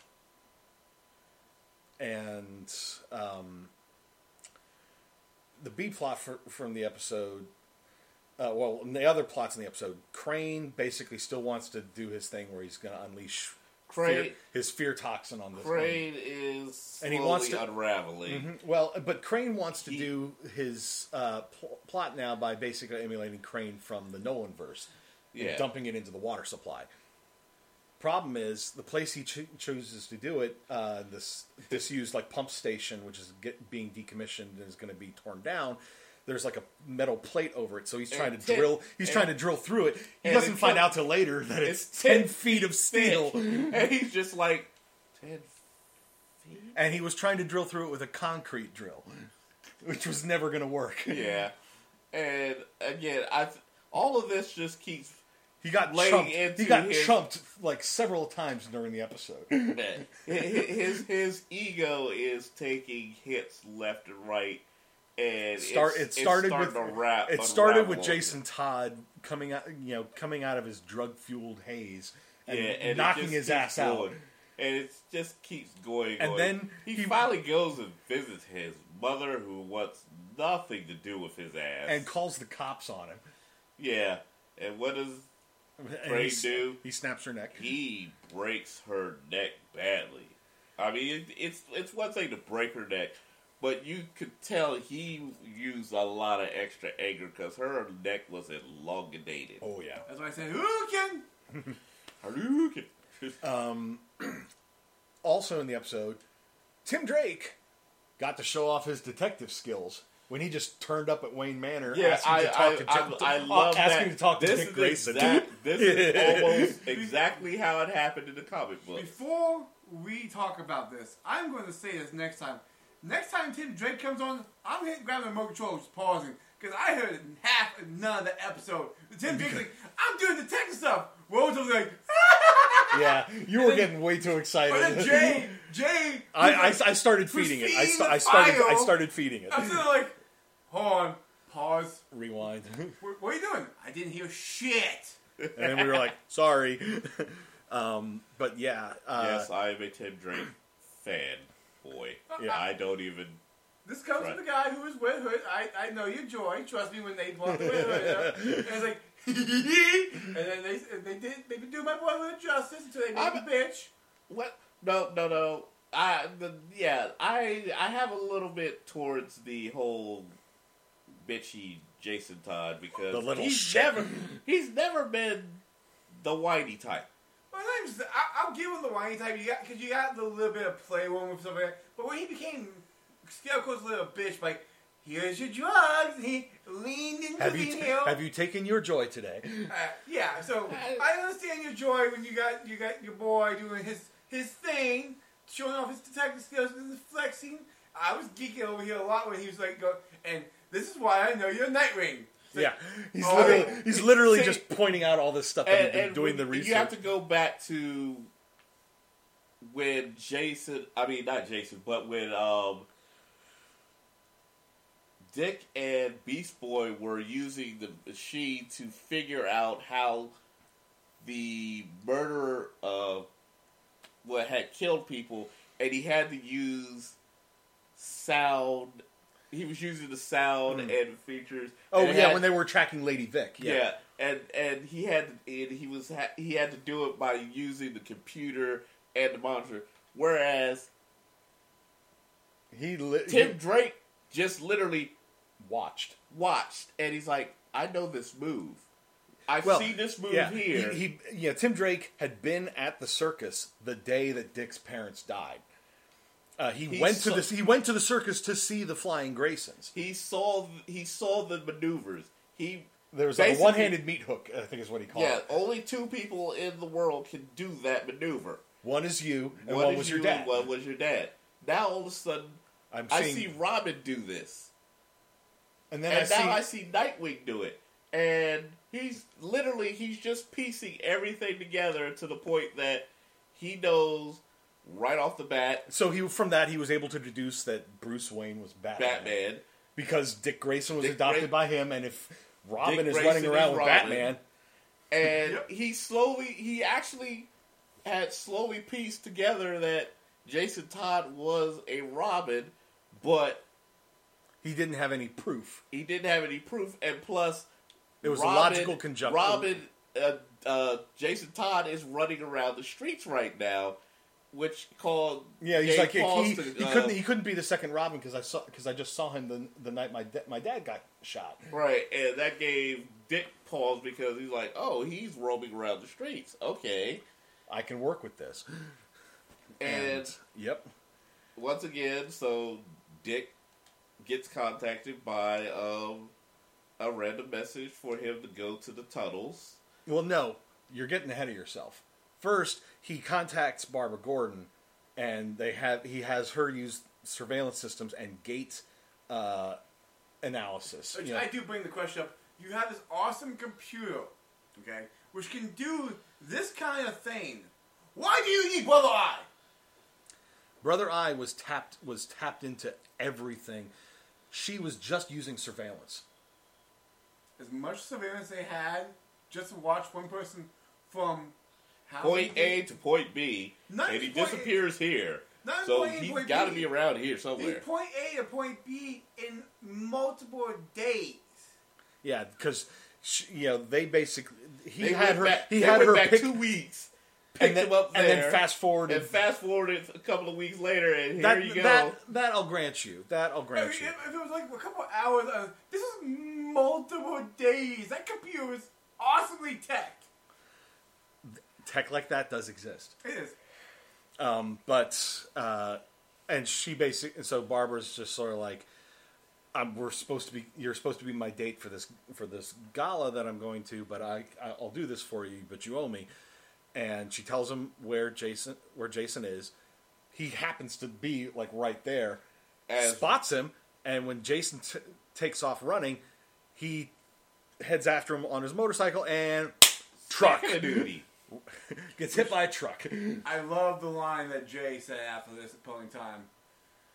S2: and um, the B plot for, from the episode. Uh, well, in the other plots in the episode, Crane basically still wants to do his thing where he's going to unleash fear-
S4: Crane-
S2: his fear toxin on this.
S4: Crane is slowly
S2: And he wants to- Mm-hmm.
S4: unraveling.
S2: one. Well, but Crane wants to do his uh, pl- plot now by basically emulating Crane from the Nolan verse,
S4: Yeah.
S2: and dumping it into the water supply. Problem is, the place he cho- chooses to do it, uh, this disused like pump station, which is get, being decommissioned and is going to be torn down. There's like a metal plate over it, so he's trying
S4: And
S2: to
S4: thick.
S2: drill. He's
S4: And-
S2: trying to drill through it. He
S4: and
S2: doesn't
S4: it's
S2: find
S4: thick.
S2: out till later that it's,
S4: It's
S2: ten
S4: thick.
S2: feet of steel,
S4: and he's just like, Ted,
S2: and he was trying to drill through it with a concrete drill, which was never going to work.
S4: yeah. And again, I all of this just keeps
S2: He got
S4: Laying
S2: chumped.
S4: into
S2: He got
S4: his-
S2: chumped like several times during the episode.
S4: that. his his ego is taking hits left and right. And
S2: Start. It
S4: it's,
S2: started
S4: it's
S2: with
S4: starting to wrap,
S2: it started with
S4: unravel.
S2: Jason Todd coming out, you know, coming out of his drug fueled haze and,
S4: it
S2: knocking
S4: just
S2: his
S4: keeps
S2: ass out.
S4: going. And it just keeps going.
S2: And
S4: going.
S2: then
S4: he,
S2: he-
S4: finally goes and visits his mother, who wants nothing to do with his ass.
S2: And calls the cops on him.
S4: yeah, and what does
S2: And
S4: Great
S2: he s-
S4: dude.
S2: He snaps her neck.
S4: he breaks her neck badly? I mean, it, it's it's one thing to break her neck, but you could tell he used a lot of extra anger because her neck was elongated.
S2: oh yeah.
S3: That's why I said, who can?
S4: Hadouken.
S2: Also in the episode, Tim Drake got to show off his detective skills. When he just turned up at Wayne Manor,
S4: Yeah,
S2: asking
S4: I,
S2: to talk to
S4: I,
S2: Jim- uh,
S4: I, I love
S2: asking
S4: that.
S2: to talk to
S4: this
S2: Dick
S4: is
S2: Grayson.
S4: exact- this is almost exactly how it happened in the comic book.
S3: Before we talk about this, I'm going to say this next time. Next time Tim Drake comes on, I'm hit grabbing the remote control, just pausing, because I heard half of none of the episode. Tim Drake's like, I'm doing detective stuff. Rose was like,
S2: yeah, you were getting way too excited.
S3: but then Jay, Jay,
S2: I, I, I started feeding it. I,
S3: feeding
S2: st-
S3: the
S2: I started. I
S3: file.
S2: started feeding it.
S3: I'm sitting there like, hold on, pause.
S2: Rewind,
S3: What, what are you doing? I didn't hear shit.
S2: and then we were like, "Sorry," um, but yeah, uh,
S4: yes, I am a Tim Drake fan boy.
S2: Yeah.
S4: I don't even.
S3: This comes
S4: Right.
S3: from the guy who was with Hood. I, I know your joy. Trust me when they bought the Hood. Up. And it's like, and then they and they did they did do my boy Hood justice until they made
S4: I'm-
S3: the bitch.
S4: What? No, no, no. I the, yeah. I I have a little bit towards the whole bitchy Jason Todd because
S2: The little
S4: he's
S2: shit.
S4: never he's never been the whiny type.
S3: Well, I'm just, I, I'll give him the whiny type. You got because you got the little bit of play one with something. But when he became Scarecrow's little bitch, like here's your drugs. He leaned into
S2: have
S3: the
S2: you
S3: hill.
S2: have you taken your joy today?
S3: Uh, yeah, so I understand your joy when you got you got your boy doing his his thing, showing off his detective skills and flexing. I was geeking over here a lot when he was like, go, and this is why I know you're Nightwing. It's like,
S2: Yeah, he's
S3: Oh.
S2: literally he's literally
S4: See-
S2: just pointing out all this stuff that he's
S4: and,
S2: been
S4: and
S2: doing
S4: when-
S2: the research.
S4: You have to go back to when Jason. I mean, not Jason, but when um, Dick and Beast Boy were using the machine to figure out how the murderer uh, of what had killed people, and he had to use sound he was using the sound and features.
S2: Hmm. Oh
S4: and
S2: yeah,
S4: had-
S2: when they were tracking Lady Vic.
S4: yeah.
S2: Yeah.
S4: and and he had and he was ha- he had to do it by using the computer and the monitor. Whereas
S2: He, li-
S4: Tim
S2: he
S4: Drake just literally
S2: watched.
S4: watched and he's like, I know this move. I
S2: Well,
S4: see this move
S2: yeah,
S4: here.
S2: He, he, yeah, Tim Drake had been at the circus the day that Dick's parents died. Uh, he,
S4: He
S2: went to
S4: saw-
S2: this. He went to the circus to see the flying Graysons.
S4: He saw he saw the maneuvers. He
S2: There was like a
S4: basically-
S2: one-handed meat hook. I think is what he called
S4: Yeah,
S2: it.
S4: only two people in the world can do that maneuver.
S2: One is you, and
S4: One
S2: one,
S4: is
S2: was
S4: you
S2: your
S4: and
S2: dad.
S4: One was your dad. Now all of a sudden,
S2: I'm
S4: I
S2: seeing-
S4: see Robin do this,
S2: and
S4: and,
S2: then I
S4: now I
S2: see.
S4: see Nightwing do it, and he's literally he's just piecing everything together to the point that he knows right off the bat
S2: so he from that he was able to deduce that Bruce Wayne was Batman,
S4: Batman.
S2: because Dick Grayson was
S4: Dick
S2: adopted
S4: Gray-
S2: by him, and if Robin
S4: Dick
S2: is
S4: Grayson
S2: running
S4: is
S2: around with
S4: Robin.
S2: Batman,
S4: and
S3: Yep.
S4: he slowly he actually had slowly pieced together that Jason Todd was a Robin, but
S2: he didn't have any proof.
S4: he didn't have any proof, and plus
S2: It was a logical conjunction.
S4: Robin, uh, uh, Jason Todd is running around the streets right now, which called
S2: Yeah, he's
S4: gave
S2: like
S4: pause
S2: he,
S4: to,
S2: he
S4: uh,
S2: couldn't e-, he couldn't be the second Robin because I saw because I just saw him the the night my da- my dad got shot.
S4: right, and that gave Dick pause because he's like, oh, he's roaming around the streets, okay,
S2: I can work with this.
S4: and
S2: yep,
S4: once again, so Dick gets contacted by um, a random message for him to go to the tunnels.
S2: Well, no, you're getting ahead of yourself. First, he contacts Barbara Gordon, and they have he has her use surveillance systems and gate uh, analysis.
S3: Which
S2: You know,
S3: I do bring the question up. You have this awesome computer, okay, which can do this kind of thing. Why do you need Brother Eye?
S2: Brother I was tapped was tapped into everything. She was just using surveillance.
S3: As much surveillance they had, just to watch one person from how
S4: Point
S3: many-
S4: A to point B,
S3: Not
S4: and he
S3: point A-
S4: disappears here.
S3: not
S4: So
S3: point A to
S4: he's
S3: point
S4: got to
S3: B.
S4: be around here
S3: They
S4: somewhere.
S3: point A to point B in multiple days.
S2: Yeah, because you know they basically he
S4: They
S2: had
S4: went
S2: her
S4: back-
S2: he
S4: they
S2: had
S4: went
S2: her
S4: back
S2: pick,
S4: two weeks, picked
S2: and then,
S4: him up there,
S2: and then fast forward
S4: and fast forwarded a couple of weeks later, and here
S2: that,
S4: you go.
S2: that that I'll grant you that I'll
S3: I mean,
S2: grant
S3: if,
S2: you.
S3: if it was like a couple hours, uh, this is multiple days. That computer is awesomely tech.
S2: Tech like that does exist.
S3: It is.
S2: but uh, and she basically so Barbara's just sort of like I'm, we're supposed to be you're supposed to be my date for this for this gala that I'm going to but I I'll do this for you but you owe me and she tells him where Jason where Jason is he happens to be like right there
S4: As-
S2: spots him and when Jason t- takes off running he heads after him on his motorcycle and truck
S4: Call of Duty.
S2: gets hit by a truck
S3: I love the line that Jay said after this polling time.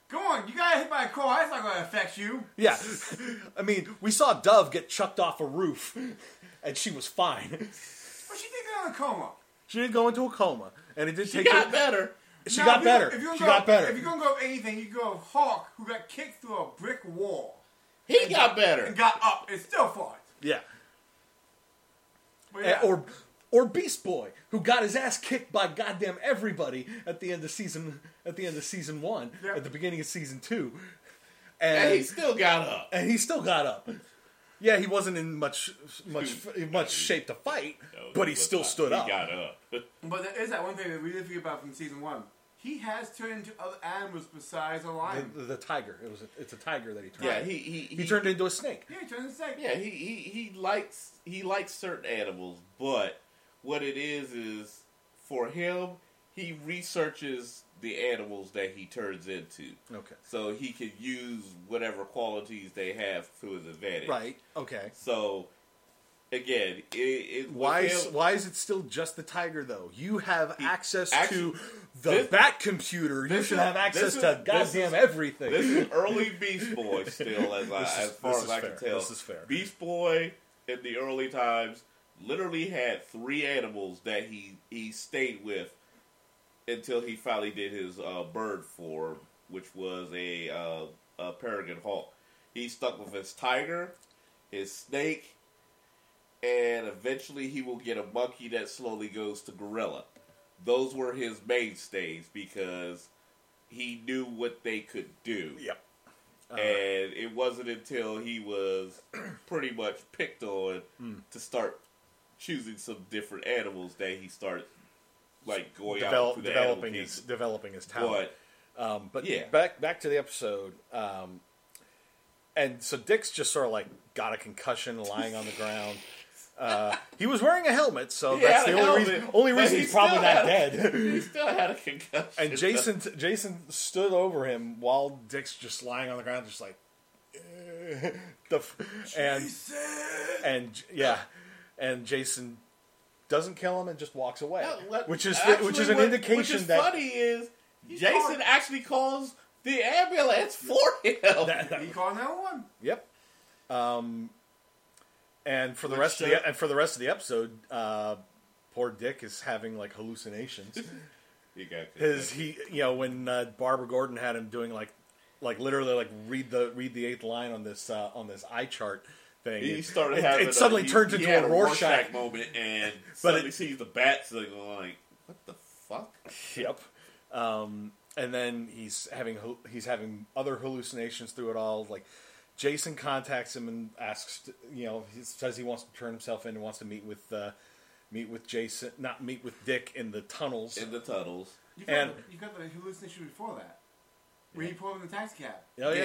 S3: Go on, you got hit by a car. That's not going to affect you.
S2: Yeah. I mean, we saw Dove get chucked off a roof and she was fine.
S3: But she did get in a coma.
S2: She didn't go into a coma and it did
S4: She
S2: take her-
S4: got better.
S2: She
S3: Now,
S2: got
S3: if you're-
S2: better.
S3: if you're
S2: She
S3: gonna go-
S2: got better.
S3: If you're going to go with anything, you go with Hawk, who got kicked through a brick wall
S4: He got better.
S3: and got up and still fought.
S2: yeah.
S3: But
S2: And- Eh, Or or Beast Boy, who got his ass kicked by goddamn everybody at the end of season at the end of season 1,
S3: Yeah.
S2: at the beginning of season 2.
S4: And
S2: And
S4: he still got up.
S2: and he still got up. Yeah, he wasn't in much much much shape to fight, but he still stood up.
S4: He got up.
S3: But there is that one thing that we did forget about from season one. He has turned into other animals besides a
S2: The,
S3: lion.
S2: the, the tiger. It was a, it's a tiger that he turned.
S4: yeah, he he, he,
S2: he turned into a snake.
S3: Yeah, he turned into snake.
S4: Yeah, he, he he likes he likes certain animals, but what it is is for him, he researches the animals that he turns into,
S2: Okay.
S4: so he can use whatever qualities they have to his advantage.
S2: Right. Okay.
S4: So, again, it, it with
S2: Why is,
S4: him-
S2: why is it still just the tiger though? You have access
S4: actually-
S2: to the
S4: this-
S2: bat computer. You
S4: this
S2: should
S4: is-
S2: have access
S4: this is-
S2: to
S4: this is-
S2: goddamn everything.
S4: This is early Beast Boy still, as, I,
S2: This is-
S4: as far
S2: this
S4: as
S2: is
S4: I
S2: fair.
S4: can tell.
S2: This is fair.
S4: Beast Boy in the early times literally had three animals that he he stayed with until he finally did his uh, bird form, which was a uh, a peregrine hawk. He's stuck with his tiger, his snake, and eventually he will get a monkey that slowly goes to gorilla. Those were his mainstays because he knew what they could do.
S2: Yep. Uh,
S4: and it wasn't until he was pretty much picked on
S2: Hmm.
S4: to start choosing some different animals that he started like going out
S2: Develop,
S4: to the animal
S2: developing his
S4: kingdom.
S2: developing his talent.
S4: But
S2: Um, but
S4: Yeah.
S2: back back to the episode. Um, and so Dick's just sort of like got a concussion, lying on the ground. Uh, he was wearing a helmet, so
S4: He
S2: that's
S4: had
S2: the
S4: a
S2: only
S4: helmet,
S2: reason. Only
S4: but
S2: reason
S4: he
S2: he's probably
S4: still
S2: not
S4: had
S2: dead.
S4: he still had a concussion.
S2: And Jason Jason stood over him while Dick's just lying on the ground, just like eh, the f- and and J- yeah, and Jason doesn't kill him and just walks away,
S4: No, what-
S2: which is
S4: actually
S2: which is an
S4: what-
S2: indication
S4: which is
S2: that
S4: funny is Jason
S3: gone.
S4: actually calls the ambulance for
S3: He
S4: him.
S3: called 911.
S2: Yep. Um, and for the
S4: Which uh,
S2: rest of
S4: show-
S2: the e, and for the rest of the episode, uh, poor Dick is having like hallucinations.
S4: He got
S2: His he, you know, when uh, Barbara Gordon had him doing like, like literally like read the read the eighth line on this uh, on this eye chart thing.
S4: He
S2: it-
S4: started
S2: it,
S4: having
S2: it suddenly
S4: a, he-
S2: turns
S4: he
S2: into
S4: had
S2: a Rorschach.
S4: moment, and suddenly sees the bat signal. Like, what the fuck?
S2: Yep. Um, and then he's having hal- he's having other hallucinations through it all. Like Jason contacts him and asks, to- you know, he says he wants to turn himself in and wants to meet with uh, meet with Jason, not meet with Dick in the tunnels.
S4: In the tunnels.
S3: You got,
S2: And-
S3: the, you got the hallucination before that. When he pulled up in the taxi cab.
S2: oh yeah.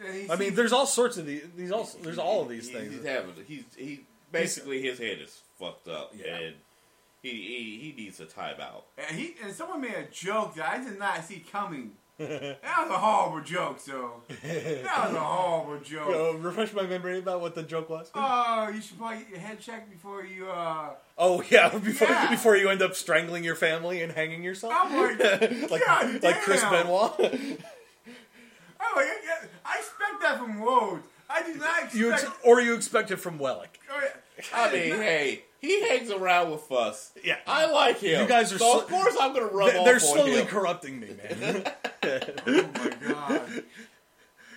S4: Yeah.
S3: And he
S2: I mean,
S3: sees-
S2: there's all sorts of these. These all there's all of these
S4: He-
S2: things.
S4: He's having. He's he basically his head is fucked up,
S2: Yeah.
S4: and he, he he needs a timeout.
S3: And, he, and someone made a joke that I did not see coming. that was a horrible joke, though. That was a horrible joke.
S2: Uh, refresh my memory about what the joke was.
S3: Oh, you should probably get your head checked before you, uh...
S2: Oh yeah, before
S3: Yeah.
S2: before you end up strangling your family and hanging yourself,
S3: I'm like,
S2: like
S3: God
S2: like Chris
S3: damn.
S2: Benoit.
S3: I'm like, I- I expect that from Rhodes. I do not expect...
S2: you ex- or you expect it from Wellick.
S3: Oh, yeah.
S4: I mean, hey, he hangs around with us.
S2: Yeah.
S4: I like him.
S2: You guys are
S4: so.
S2: so-
S4: of course, I'm gonna rub off
S2: They, are
S4: on
S2: slowly
S4: him.
S2: corrupting me, man.
S3: oh my God.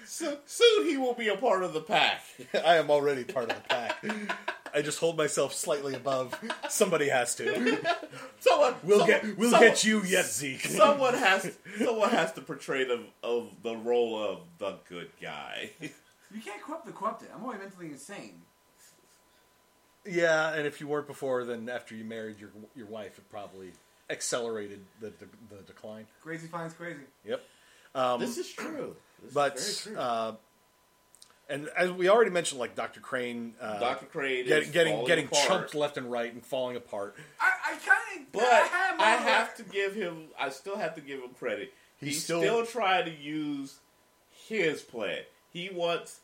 S4: So- soon he will be a part of the pack.
S2: I am already part of the pack. I just hold myself slightly above. Somebody has to.
S4: Someone
S2: We'll
S4: someone-
S2: get we'll
S4: someone-
S2: get you yet, Zeke.
S4: someone has someone has to portray the of the role of the good guy.
S3: You can't corrupt the corrupted. I'm already mentally insane.
S2: yeah, and if you weren't before, then after you married your your wife, it probably accelerated the the, the decline.
S3: Crazy finds crazy.
S2: Yep.
S4: this is true. This is
S2: Um, But
S4: very true.
S2: uh, and as we already mentioned, like Doctor Crane, uh,
S4: Dr. Crane
S2: get-
S4: is
S2: getting
S4: falling
S2: getting
S4: apart,
S2: chunked left and right and falling apart.
S3: I, I kind of...
S4: But
S3: I have, my
S4: I have
S3: own-
S4: to give him. I still have to give him credit.
S2: He's
S4: He's,
S2: still-
S4: still, trying to use his plan. He wants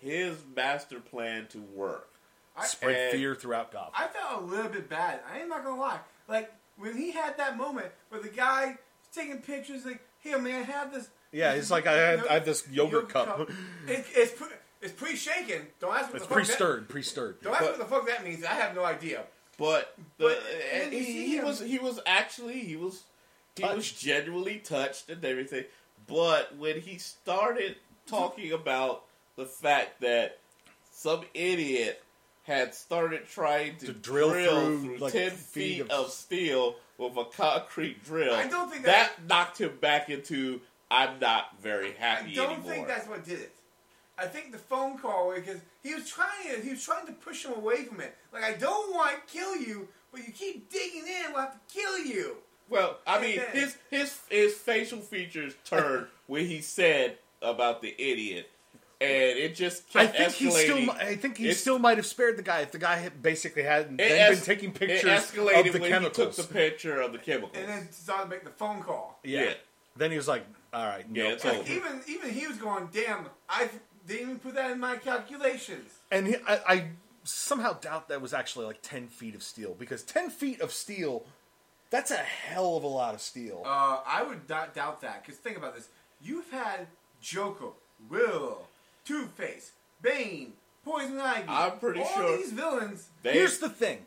S4: his master plan to work.
S3: I-
S2: Spread
S4: and-
S2: fear throughout Gotham.
S3: I felt a little bit bad. I am not gonna lie. Like when he had that moment where the guy taking pictures, like, "Here, man, have this."
S2: Yeah,
S3: this-
S2: it's like I have- I have this yogurt cup.
S3: It, it's pre- it's pre-shaken. Don't ask what
S2: it's
S3: the fuck
S2: pre stirred, pre stirred.
S3: That, don't ask what
S4: But-
S3: the fuck that means. I have no idea.
S4: But, the,
S3: But-
S4: and
S3: and you see
S4: he, he
S3: him-
S4: was he was actually he was he was
S2: Touched.
S4: genuinely touched and everything. But when he started talking about the fact that some idiot had started trying to,
S2: To drill
S4: drill,
S2: through,
S4: through,
S2: like,
S4: ten
S2: feet
S4: feet
S2: of-
S4: of, steel with a concrete drill,
S3: I don't think
S4: that knocked him back into I'm not very
S3: I
S4: happy
S3: don't
S4: anymore.
S3: think that's what did it. I think the phone call because he was trying to he was trying to push him away from it. Like I don't want to kill you, but you keep digging in, we'll have to kill you.
S4: Well, I mean,
S3: Yeah.
S4: his his his facial features turned when he said about the idiot, and it just
S2: I
S4: kept
S2: think
S4: escalating.
S2: he still. mi- I think he
S4: It's-
S2: still might have spared the guy if the guy had basically hadn't
S4: it
S2: then
S4: es-
S2: been taking
S4: it
S2: pictures of
S4: escalated
S2: the
S4: when
S2: chemicals.
S4: he took the picture of the chemicals.
S3: And then decided to make the phone call.
S2: yeah.
S4: yeah.
S2: Then he was like, "All right,
S4: Yeah,
S2: nope."
S4: it's
S3: Like,
S4: over.
S3: even even he was going, damn, I didn't even put that in my calculations.
S2: and he, I, I somehow doubt that was actually like ten feet of steel because ten feet of steel, that's a hell of a lot of
S4: Oh,
S2: steel.
S3: Uh, I would not doubt that because think about this: you've had Joker, Will, Two Face, Bane, Poison Ivy.
S4: I'm pretty
S3: all
S4: sure
S3: these villains.
S4: They-
S2: Here's the thing: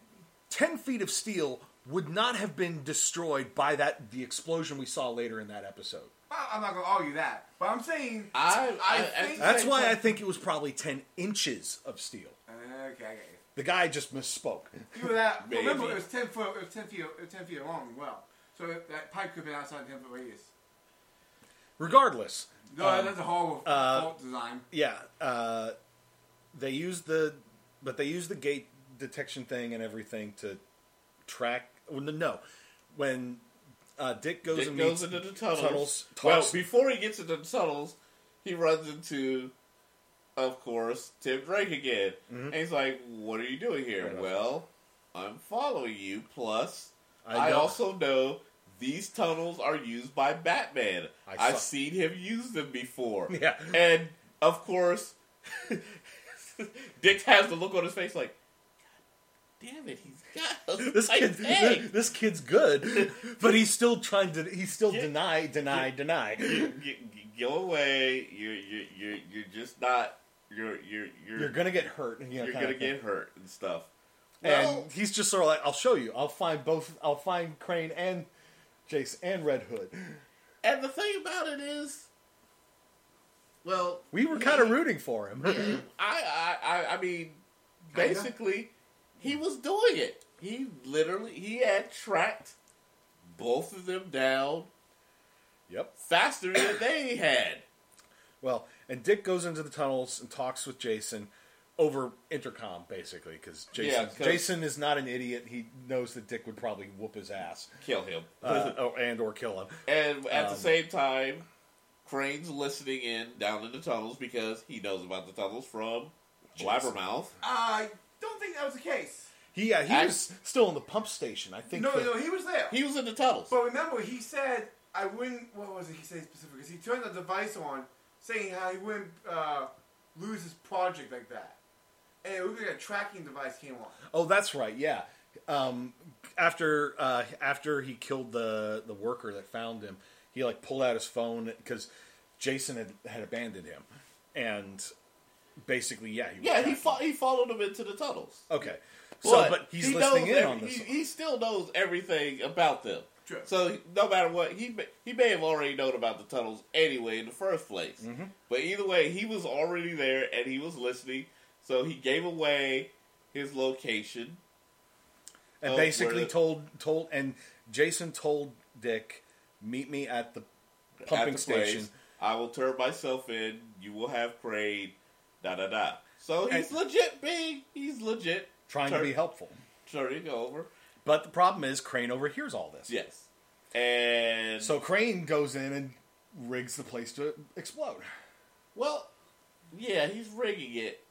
S2: ten feet of steel would not have been destroyed by that the explosion we saw later in that episode.
S3: I- I'm not gonna argue that, but I'm saying
S4: I- I-
S3: think
S4: I-
S2: That's
S3: that-
S2: why I think it was probably 10 inches of steel.
S3: uh, Okay, I get you.
S2: The guy just misspoke.
S3: You were that.
S4: Maybe.
S3: Remember, it was ten foot. It was ten feet. It was ten feet long. as Well, so that pipe could have been outside the ten foot radius.
S2: Regardless,
S3: No,
S4: Um,
S3: that's a horrible
S4: uh,
S3: fault design.
S2: yeah, uh, they used the but they used the gate detection thing and everything to track. Well, no, when uh, Dick goes
S4: Dick
S2: and meets
S4: goes into the tunnels. well,
S2: talks-
S4: before he gets into the tunnels, he runs into, of course, Tim Drake again.
S2: Mm-hmm.
S4: And he's like, What are you doing here?
S2: Right on.
S4: well, I'm following you. Plus,
S2: I
S4: I,
S2: know-
S4: also know these tunnels are used by Batman.
S2: I
S4: I've
S2: saw-
S4: seen him use them before.
S2: Yeah.
S4: And, of course, Dick has the look on his face like, God damn it, he's got us.
S2: this
S4: like,
S2: kid,
S4: dang.
S2: this kid's good, but he's still trying to. He's still
S4: Yeah.
S2: deny, deny, deny.
S4: you, you, you go away. You're you you you're just not. You're you're you're
S2: You're gonna get hurt. You know,
S4: you're
S2: kinda
S4: gonna
S2: thing.
S4: get hurt and stuff. Well-
S2: and he's just sort of like, "I'll show you. I'll find both. I'll find Crane and Jace and Red Hood."
S4: And the thing about it is, well,
S2: We were kind of rooting for him.
S4: I I I, I mean,
S3: Kinda.
S4: basically, he was doing it. He literally he had tracked both of them down
S2: yep.
S4: faster than they had.
S2: Well, and Dick goes into the tunnels and talks with Jason over intercom, basically, because Jason,
S4: Yeah, 'cause-
S2: Jason is not an idiot. He knows that Dick would probably whoop his ass
S4: Kill him.
S2: uh, or, and or kill him.
S4: And at the
S2: Um,
S4: same time, Crane's listening in down in the tunnels because he knows about the tunnels from Blabbermouth.
S3: I don't think that was the case.
S2: He yeah, he
S4: I-
S2: was still in the pump station. I think.
S3: No,
S2: that-
S3: no, he was there.
S4: He was in the tunnels.
S3: but remember, he said I wouldn't. What was it? He said specifically. 'Cause He turned the device on, saying how he wouldn't uh, lose his project like that. And it was like a tracking device came on.
S2: Oh, that's right. Yeah. Um, after uh, after he killed the the worker that found him, he like pulled out his phone because Jason had, had abandoned him, and basically, yeah, he was
S4: yeah, he
S2: tracking.
S4: fo- he followed him into the tunnels.
S2: Okay. So, but he's listening
S4: knows
S2: in
S4: every-
S2: on this.
S4: He, he still knows everything about them.
S3: True.
S4: So no matter what, he may, he may have already known about the tunnels anyway in the first place.
S2: Mm-hmm.
S4: But either way, he was already there and he was listening. So he gave away his location.
S2: and
S4: Oh,
S2: basically
S4: where-
S2: told told and Jason told Dick, meet me at the pumping
S4: at the place.
S2: station.
S4: I will turn myself in. You will have Crane. Da da da. So he's
S2: And-
S4: legit being. He's legit
S2: Trying
S4: turn-
S2: to be helpful,
S4: turning over.
S2: but the problem is Crane overhears all this.
S4: Yes. And
S2: So Crane goes in and rigs the place to explode,
S4: well, yeah, he's rigging it,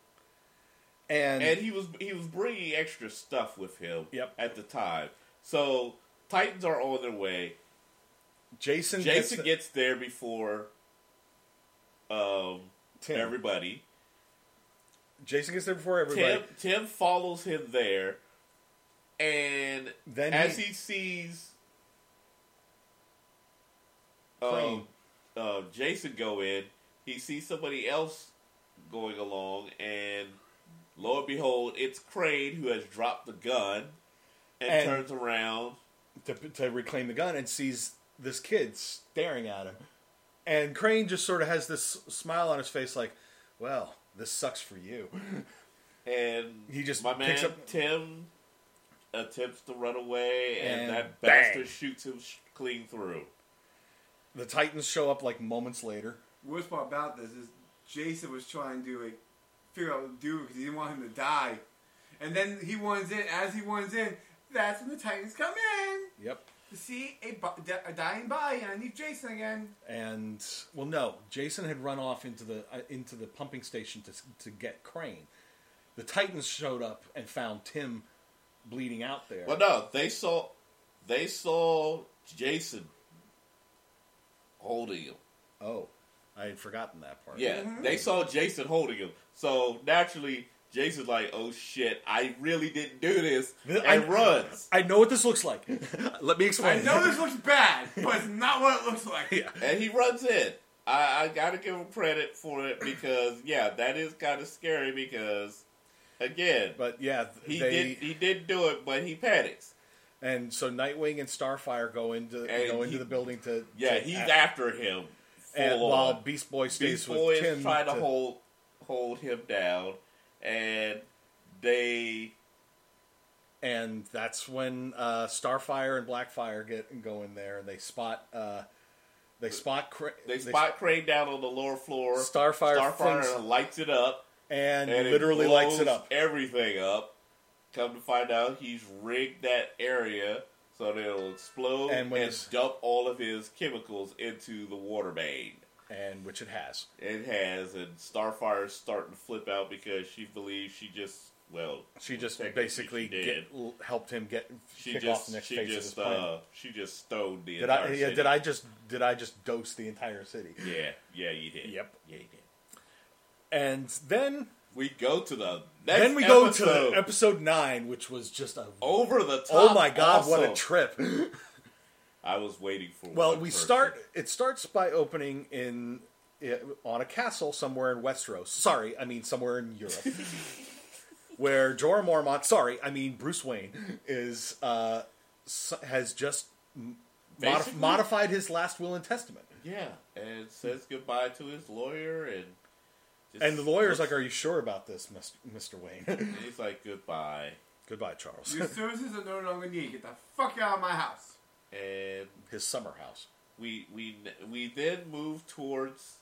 S2: and,
S4: and he was he was bringing extra stuff with him.
S2: Yep.
S4: At the time, so Titans are on their way.
S2: Jason
S4: Jason
S2: gets,
S4: gets there before um
S2: Tim.
S4: everybody.
S2: Jason gets there before everybody.
S4: Tim Tim follows him there, and
S2: Then
S4: as
S2: he-
S4: he, sees
S2: Crane.
S4: um, uh, Jason go in, he sees somebody else going along, and lo and behold, it's Crane who has dropped the gun and,
S2: And-
S4: turns around.
S2: to, to reclaim the gun and sees this kid staring at him. And Crane just sort of has this smile on his face, like, well, this sucks for you.
S4: And
S2: He just
S4: my man
S2: picks up-
S4: Tim attempts to run away, and,
S2: And
S4: that
S2: bang.
S4: bastard shoots him sh- clean through.
S2: The Titans show up like moments later.
S3: worst part about this is Jason was trying to like figure out what to do because he didn't want him to die, and then he runs in. As he runs in, that's when the Titans come in
S2: Yep.
S3: to see a, bo- di- a dying body underneath Jason again.
S2: And well, no, Jason had run off into the uh, into the pumping station to to get Crane. The Titans showed up and found Tim bleeding out there.
S4: Well, no, they saw, they saw Jason holding him.
S2: Oh, I had forgotten that part.
S4: Yeah, they saw Jason holding him. So naturally, Jason's like, "Oh shit, I really didn't do this,"
S2: Th-
S4: and
S2: I-
S4: runs.
S2: I know what this looks like. Let me
S3: I
S2: explain.
S3: know this looks bad, but it's not what it looks like.
S2: yeah.
S4: And he runs in. I, I gotta give him credit for it because yeah, that is kind of scary because again,
S2: But yeah, th-
S4: he
S2: they
S4: did he did do it, but he panics.
S2: And so Nightwing and Starfire go into
S4: And
S2: go into
S4: he-
S2: the building to
S4: Yeah,
S2: to
S4: he's
S2: act.
S4: after him. Full
S2: and
S4: on.
S2: while Beast Boy stays
S4: Beast
S2: with
S4: Boy
S2: Tim
S4: is trying to, hold hold him down, and they
S2: and that's when uh, Starfire and Blackfire get go in there and they spot uh, they spot Cra-
S4: they spot Crane down on the lower floor.
S2: Starfire
S4: Starfire
S2: flings-
S4: lights it up
S2: and,
S4: and it
S2: literally lights it
S4: blows
S2: up.
S4: everything up. Come to find out, he's rigged that area so that it'll explode
S2: And
S4: and,
S2: when it's-
S4: dump all of his chemicals into the water main.
S2: and which it has.
S4: It has, and Starfire's starting to flip out because she believes she just well,
S2: She just
S4: technically
S2: basically
S4: she did.
S2: get, l- helped him get
S4: She
S2: kick
S4: just
S2: off the next
S4: she
S2: phase of his
S4: just
S2: plan.
S4: uh, she just stoned the
S2: did
S4: entire
S2: I yeah,
S4: city.
S2: did I just did I just dose the entire city?
S4: Yeah, yeah, you did.
S2: Yep.
S4: yeah, you did.
S2: And then
S4: We go to the next
S2: then we go
S4: episode.
S2: to episode nine, which was just a
S4: over the top.
S2: oh my god, what a
S4: awesome.
S2: trip!
S4: I was waiting for.
S2: Well,
S4: one
S2: we
S4: person.
S2: start. It starts by opening in i on a castle somewhere in Westeros. Sorry, I mean somewhere in Europe, where Jorah Mormont. Sorry, I mean Bruce Wayne is uh, s- has just m- modif-
S4: Basically-
S2: modified his last will and testament.
S4: Yeah, and says goodbye to his lawyer, and just
S2: And the lawyer's like, "Are you sure about this, Mister Wayne?"
S4: and he's like goodbye,
S2: Goodbye, Charles.
S3: Your services are no longer needed. Get the fuck out of my house.
S4: and
S2: His summer house.
S4: we we we then move towards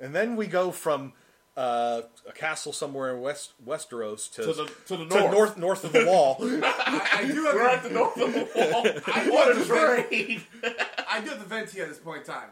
S2: And then we go from uh, a castle somewhere in West Westeros to,
S4: to the to the north.
S2: to north north of the Wall.
S3: I, I do
S4: We're at
S3: have
S4: the
S3: to,
S4: north of the wall.
S3: I
S4: what
S3: do
S4: a
S3: have to vent,
S4: trade!
S3: I do have to vent here at this point in time.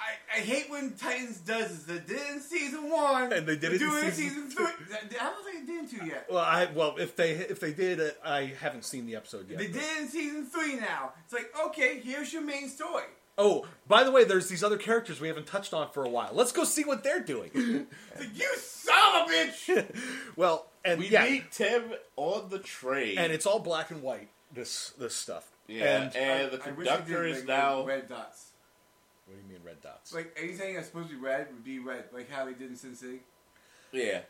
S3: I, I hate when Titans does this. They did it in season one.
S2: And they did
S3: They're
S2: it in
S3: doing
S2: season
S3: three. I don't think they did two
S4: Oh,
S3: yet.
S2: Well, I well if they if they did, uh, I haven't seen the episode yet.
S3: They did it in season three now. It's like, okay, here's your main story.
S2: Oh, by the way, there's these other characters we haven't touched on for a while. Let's go see what they're doing.
S3: It's like, you son of a bitch!
S2: well, and
S4: We
S2: yeah,
S4: meet Tim on the train,
S2: and it's all black and white. This this stuff.
S4: yeah,
S2: And,
S4: and,
S3: I-
S4: the
S3: I wish they
S4: conductor
S3: did
S4: is
S3: make
S4: now
S3: Red dots.
S2: what do you mean red dots?
S3: Like anything that's supposed to be red would be red, like how they did in Sin City.
S4: yeah,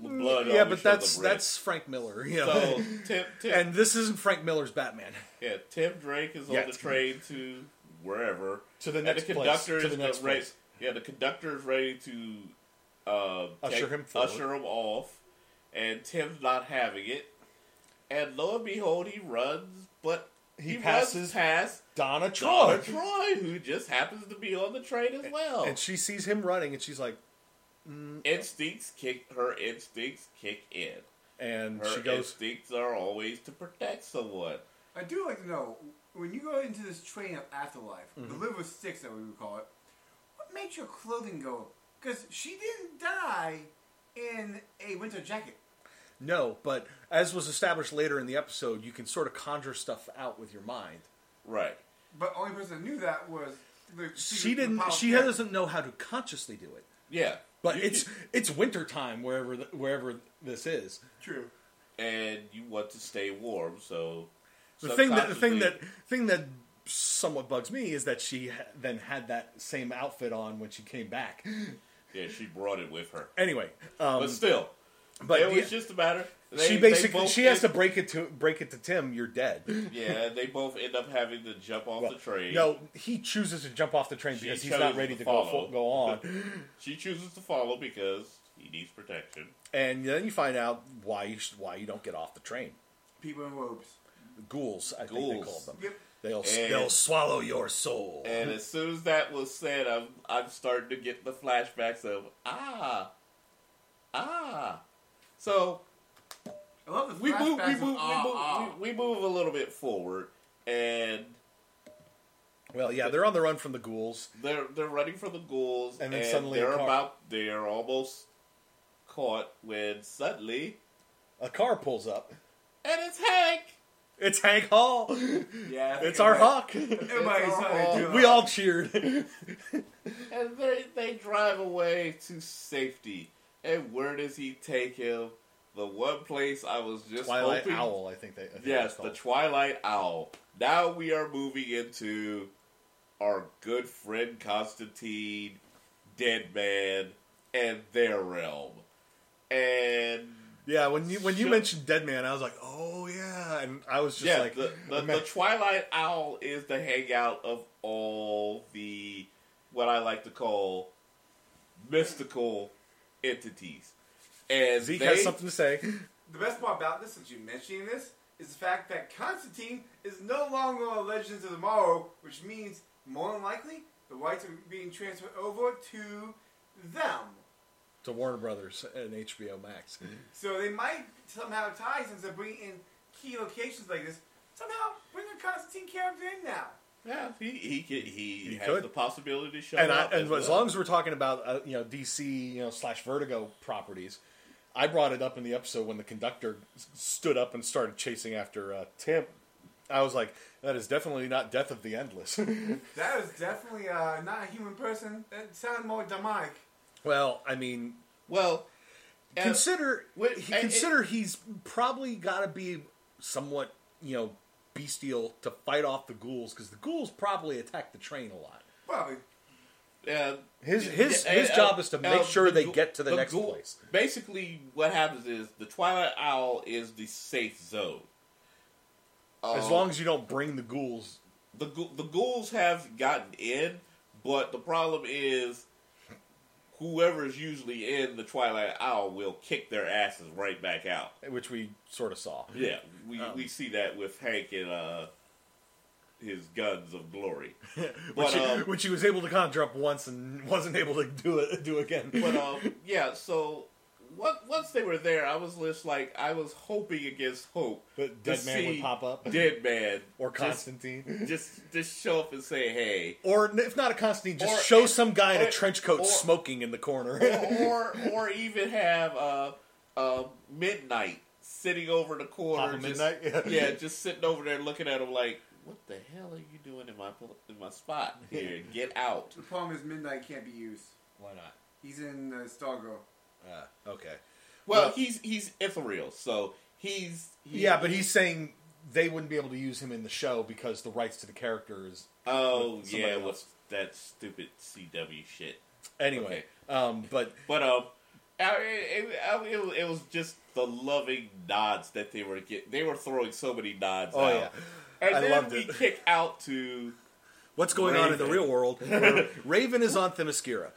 S4: the blood.
S2: Mm, yeah,
S4: on the
S2: but
S4: shoulder
S2: that's
S4: blade.
S2: that's Frank Miller. You know?
S4: so Tim. Tim
S2: and this isn't Frank Miller's Batman.
S4: Yeah, Tim Drake is
S2: Yeah.
S4: on the train to wherever
S2: To the
S4: And
S2: next
S4: the
S2: place,
S4: conductor
S2: to
S4: is
S2: the next
S4: ready.
S2: place.
S4: Yeah, the conductor is ready to uh,
S2: Usher him forward.
S4: usher him off, and Tim's not having it. And lo and behold, he runs, but
S2: He
S4: he,
S2: passes
S4: runs past
S2: Donna Troy.
S4: Donna Troy, who just happens to be on the train as well.
S2: And she sees him running, and she's like,
S4: instincts kick her instincts kick in.
S2: and
S4: Her
S2: she goes,
S4: instincts are always to protect someone.
S3: I do like to know when you go into this train of afterlife, the
S2: Mm-hmm.
S3: liver sticks that we would call it. What makes your clothing go? Because she didn't die in a winter jacket.
S2: no. But as was established later in the episode, you can sort of conjure stuff out with your mind.
S4: Right.
S3: But only person that knew that was the
S2: she didn't she doesn't know how to consciously do it
S4: Yeah.
S2: but
S4: You
S2: it's
S4: can-
S2: it's winter time wherever th wherever this is
S3: True.
S4: and you want to stay warm. So
S2: the thing that the thing
S4: subconsciously-
S2: that thing that somewhat bugs me is that she ha- then had that same outfit on when she came back
S4: yeah, she brought it with her,
S2: anyway um,
S4: but still,
S2: but
S4: it was
S2: yeah,
S4: just a matter. They,
S2: she
S4: they
S2: basically
S4: both
S2: she has to
S4: end-
S2: break it to break it to tim you're dead
S4: Yeah, they both end up having to jump off
S2: Well,
S4: the train.
S2: no he chooses to jump off the train
S4: She
S2: because he's
S4: chose
S2: not ready
S4: to
S2: to go,
S4: follow.
S2: fo- go on
S4: she chooses to follow because he needs protection.
S2: and then you find out why you sh- why you don't get off the train
S3: People in robes.
S2: ghouls i think
S4: Ghouls.
S2: they called them
S3: Yep.
S2: They'll
S4: And-
S2: they'll swallow your soul.
S4: And as soon as that was said, I'm I'm starting to get the flashbacks of ah, ah. So
S3: I love the
S4: we
S3: flashbacks.
S4: move, we
S3: of,
S4: move, we move,
S3: ah, ah.
S4: we, we move a little bit forward, and
S2: well, yeah, they're on the run from the ghouls.
S4: They're they're running from the ghouls,
S2: And
S4: and,
S2: then suddenly a
S4: they're
S2: car-
S4: about they're almost caught when suddenly,
S2: A car pulls up.
S4: and it's Hank.
S2: It's Hank Hall.
S3: Yeah, I think
S2: It's our
S3: everybody-
S2: Hawk.
S3: Everybody
S4: It's our
S3: saw
S4: Hawk.
S3: it too.
S2: We all cheered.
S4: And they they drive away to safety. And where does he take him? The one place I was just
S2: Twilight
S4: hoping.
S2: Owl, I think they. I think
S4: Yes,
S2: it's
S4: the
S2: called.
S4: Twilight Owl. Now we are moving into our good friend Constantine, Dead Man, and their realm. And
S2: Yeah, when you when you mentioned Dead Man, I was like, oh yeah, and I was just
S4: yeah,
S2: like,
S4: the, the, the Twilight Owl is the hangout of all the what I like to call mystical entities. And
S2: Zeke
S4: they,
S2: has something to say.
S3: The best part about this, since you mentioning this, is the fact that Constantine is no longer a Legends of Tomorrow, which means more than likely the rights are being transferred over to them.
S5: to Warner Brothers and HBO Max.
S3: So they might somehow tie since they're bringing in key locations like this. Somehow bring a Constantine character in now.
S4: yeah, he he could, he,
S2: He
S4: has
S2: could.
S4: the possibility to show
S2: And I,
S4: up.
S2: and
S4: as
S2: as
S4: well.
S2: long as we're
S5: We're talking about uh, you know DC you know slash Vertigo properties. I brought it up in the episode when the conductor s- stood up and started chasing after uh, Tim. I was like, that is definitely not Death of the Endless.
S3: That was definitely uh, not a human person. That sounded more demonic.
S2: well, I mean,
S4: well, and-
S2: consider
S4: Wait,
S2: he-
S4: I-
S2: consider he's probably got to be somewhat you know bestial to fight off the ghouls because the ghouls probably attack the train a lot.
S3: Well,
S4: Yeah.
S2: His-
S4: Yeah,
S2: his-
S4: yeah,
S2: his
S4: uh,
S2: job is to make sure
S4: the
S2: they
S4: ghoul-
S2: get to the next
S4: ghoul-
S2: place.
S4: Basically, what happens is the Twilight Owl is the safe zone. Oh.
S2: As long as you don't bring the ghouls,
S4: the ghou- the ghouls have gotten in, but the problem is whoever is usually in the Twilight Owl will kick their asses right back out.
S2: which we sort of saw.
S4: Yeah, we
S5: Um.
S4: we see that with Hank and uh, his guns of glory.
S2: which,
S4: But,
S2: he,
S4: um,
S2: which he was able to conjure up once and wasn't able to do it do again.
S4: but um, yeah. So what, once they were there, I was just like I was hoping against hope
S5: But
S4: to
S5: Dead Man would
S4: see
S5: pop up.
S4: Dead man
S2: or
S4: just,
S2: Constantine,
S4: just just show up and say hey.
S2: or if not a Constantine, just
S4: Or-
S2: show some guy in
S4: or-
S2: a trench coat
S4: or-
S2: smoking in the corner.
S4: or or even have uh, uh, midnight sitting over in the corner.
S2: Papa
S4: just-
S2: Midnight?
S4: yeah. just sitting over there looking at him like, what the hell are you doing in my pl- in my spot here? Get out!
S3: the problem is Midnight can't be used.
S2: Why not?
S3: He's in uh, Stargirl.
S2: Uh, okay.
S4: Well, he's he's Ethereal, so he's he,
S2: Yeah, but he's saying they wouldn't be able to use him in the show because the rights to the character is
S4: oh
S2: with somebody
S4: yeah,
S2: else.
S4: what's that stupid CW shit?
S2: anyway. Um, but
S4: But um, I mean, it, I mean, it, was- it was just the loving nods that they were get. They were throwing so many nods.
S2: Oh,
S4: out.
S2: yeah.
S4: and
S2: I
S4: then
S2: loved
S4: we
S2: it.
S4: kick out to
S2: what's going on in the
S4: Raven.
S2: real world? where Raven is on Themyscira,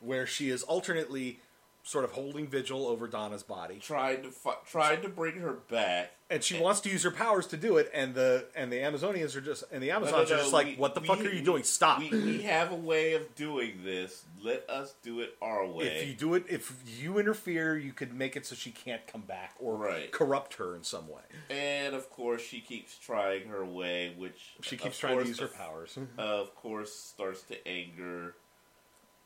S2: where she is alternately sort of holding vigil over Donna's body.
S4: trying to fi- trying to bring her back.
S2: and she wants to use her powers to do it, and the and the Amazonians are just and the
S4: No,
S2: Amazons
S4: no,
S2: are
S4: no,
S2: just
S4: we-
S2: like, what the fuck
S4: we-
S2: are you doing? Stop!
S4: We, we have a way of doing this. Let us do it our way.
S2: if you do it, if you interfere, you could make it so she can't come back or
S4: Right.
S2: corrupt her in some way.
S4: and of course, she keeps trying her way, which
S2: She
S4: of
S2: keeps trying to
S4: course,
S2: use her
S4: of-
S2: powers.
S4: Of course, starts to anger.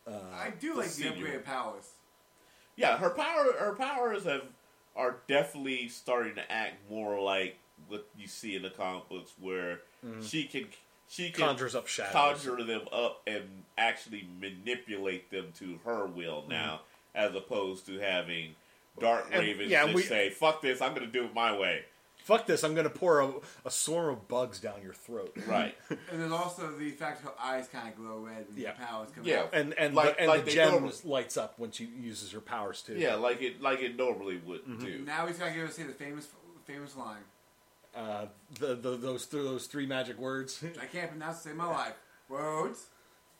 S3: I do like the
S4: senior.
S3: upgraded powers.
S4: Yeah, her power her powers have are definitely starting to act more like what you see in the comic books, where she can she can
S2: Mm-hmm. Conjures up shadows.
S4: conjure them up and actually manipulate them to her will now, as opposed to having Dark
S2: Mm-hmm. And-
S4: Ravens
S2: yeah,
S4: just
S2: we-
S4: say "fuck this," I'm going to do it my way.
S2: Fuck this! I'm gonna pour a, a swarm of bugs down your throat.
S4: Right?
S3: And then also the fact her eyes kind of glow red and
S2: Yeah.
S3: the powers come
S4: Yeah.
S3: out.
S2: And and
S4: Like-
S2: the, and
S4: like
S2: the
S4: they
S2: gem
S4: normally-
S2: lights up when she uses her powers too.
S4: yeah, like it like it normally would
S2: Mm-hmm.
S4: do.
S3: Now he's going to give us the famous famous line.
S2: uh, the, the those th- those three magic words:
S3: I can't pronounce to save my life. Words.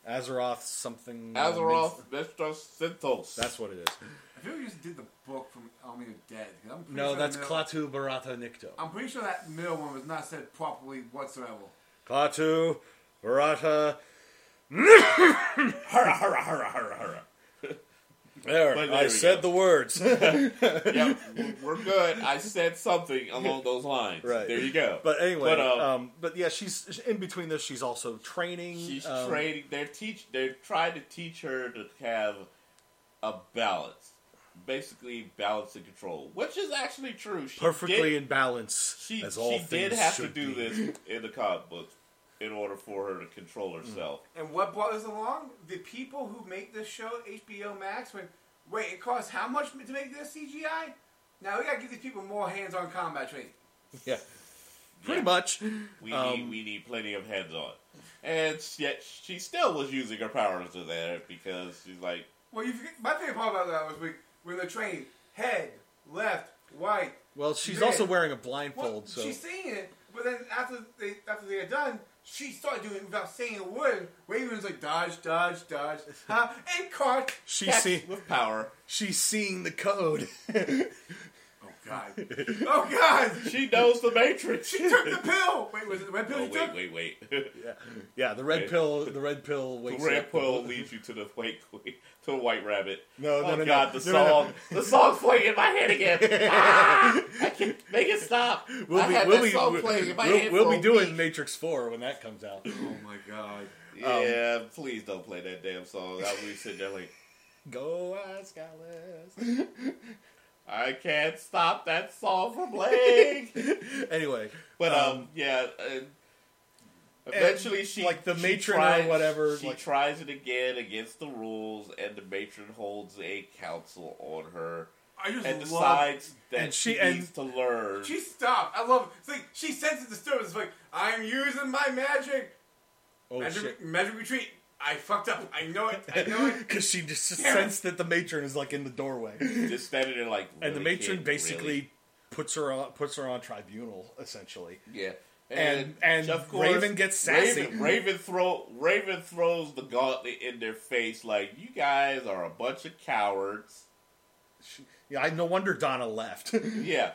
S2: Azeroth something. uh,
S4: Azeroth, Mr. Synthos.
S2: That's what it is.
S3: I feel we just did the book from Army of Dead. 'cause I'm pretty
S2: No,
S3: sure
S2: that's
S3: the middle-
S2: Klaatu Barata Nikto.
S3: I'm pretty sure that middle one was not said properly whatsoever.
S2: Klaatu Barata.
S4: hurrah, hurrah, hurrah, hurrah, hurrah.
S2: There,
S4: But there
S2: I
S4: we
S2: said the
S4: go.
S2: words.
S4: yep, we're- we're good. I said something along those lines.
S2: Right.
S4: There you go.
S2: but anyway,
S4: But, um,
S2: um, but yeah, she's in between this. She's also training.
S4: she's
S2: um,
S4: training. They're teach. They're trying to teach her to have a balance, basically balance and control, which is actually true. She
S2: perfectly
S4: Did,
S2: in balance.
S4: she
S2: as all
S4: she did
S2: things
S4: have to
S2: should
S4: do
S2: be.
S4: this in the comic books in order for her to
S2: Mm.
S4: control herself.
S3: And what brought us along? The people who make this show, HBO Max, went, wait, it costs how much to make this CGI? Now we gotta give these people more hands on combat training.
S2: Yeah, pretty
S4: Yeah.
S2: much.
S4: We need
S2: Um,
S4: we need plenty of heads on, and yet she still was using her powers to that because she's like,
S3: Well, you forget, my favorite part about that was when, when they're training head, left, Why?
S2: Well, she's
S3: Yeah.
S2: also wearing a blindfold,
S3: Well,
S2: so
S3: she's saying it, but then after they after they are done, she started doing it without saying a word. Raven's like dodge, dodge, dodge, huh? and caught.
S2: she's see,
S4: with power.
S2: she's seeing the code.
S3: Oh god! Oh god!
S4: She knows the Matrix.
S3: She took the pill. Wait, was it the red pill?
S4: Oh,
S3: she took?
S4: wait, wait, wait.
S2: yeah, the red pill. The red pill wakes
S4: The
S2: up.
S4: red pill leads you to the white queen, to the white rabbit.
S2: No, no,
S4: oh
S2: no, no.
S4: God, the
S2: No, no,
S4: song, the song's playing in my head again. Ah! I can't make it stop.
S2: We'll
S4: I
S2: be,
S4: had
S2: we'll
S4: that
S2: be,
S4: song
S2: we'll,
S4: playing in my
S2: we'll-
S4: head
S2: we'll
S4: for
S2: be
S4: a
S2: doing
S4: week.
S2: Matrix Four when that comes out.
S3: Oh my god!
S4: Yeah,
S2: um,
S4: please don't play that damn song. I'll be sitting there like,
S2: Go ask Alice.
S4: I can't stop that song from playing.
S2: anyway,
S4: But um, yeah. Uh, eventually, she
S2: like the
S4: she
S2: matron or whatever,
S4: She
S2: like-
S4: tries it again against the rules, and the matron holds a council on her
S3: I just
S4: and
S3: love.
S4: decides that
S2: and
S4: she,
S2: she- and-
S4: needs to learn.
S3: She stopped. I love it. It's like she senses disturbance. It's like I'm using my magic.
S2: oh
S3: Magic,
S2: shit.
S3: magic retreat. I fucked up. I know it. I know it.
S2: Because she just
S3: Damn it.
S2: sensed that the matron is like in the doorway,
S4: Just standing there like,
S2: and the
S4: "Really,
S2: matron
S4: kid,
S2: basically
S4: really?"
S2: puts her on puts her on tribunal essentially.
S4: yeah.
S2: and- and Raven gets sassy.
S4: Raven, Raven throw Raven throws the gauntlet in their face like you guys are a bunch of cowards.
S2: Yeah, I, no wonder Donna left.
S4: Yeah,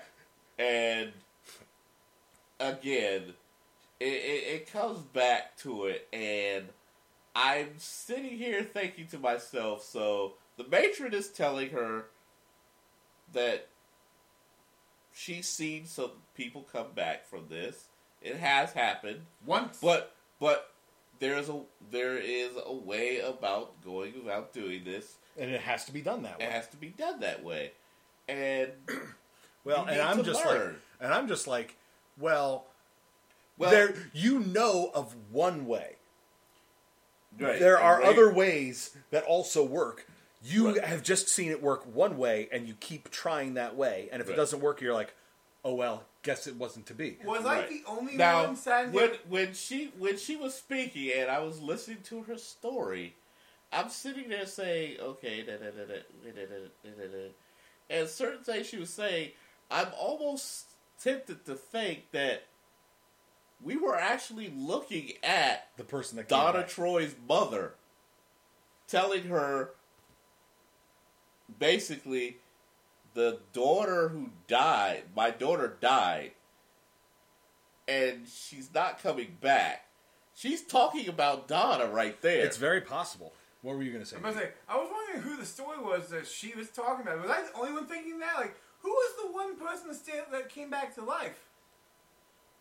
S4: and again, it, it, it comes back to it, and I'm sitting here thinking to myself. So the matron is telling her that she's seen some people come back from this. It has happened,
S3: Once.
S4: but but there's a there is a way about going about doing this.
S2: and it has to be done that way.
S4: It has to be done that way, and
S2: well,
S4: you
S2: and
S4: need
S2: I'm
S4: to
S2: just like,
S4: learn.
S2: and I'm just like, well,
S4: well,
S2: there you know of one way.
S4: Right.
S2: There
S4: And
S2: are
S4: Raven-
S2: other ways that also work. You
S4: Right.
S2: have just seen it work one way, and you keep trying that way. And if it
S4: Right.
S2: doesn't work, you're like, oh well, guess it wasn't to be.
S3: was
S4: Right.
S3: I the only
S4: Now,
S3: one standing?
S4: when when she when she was speaking and I was listening to her story, I'm sitting there saying, okay, da, da, da, da, da, da, da, da, da. and certain things she was saying, I'm almost tempted to think that we were actually looking at
S2: The person that came
S4: Donna
S2: back.
S4: Troy's mother telling her basically the daughter who died, my daughter died, and she's not coming back. She's talking about Donna right there.
S2: it's very possible. What were you going to say?
S3: I'm gonna say, I was wondering who the story was that she was talking about. Was I the only one thinking that? Like, who was the one person that, stayed, that came back to life?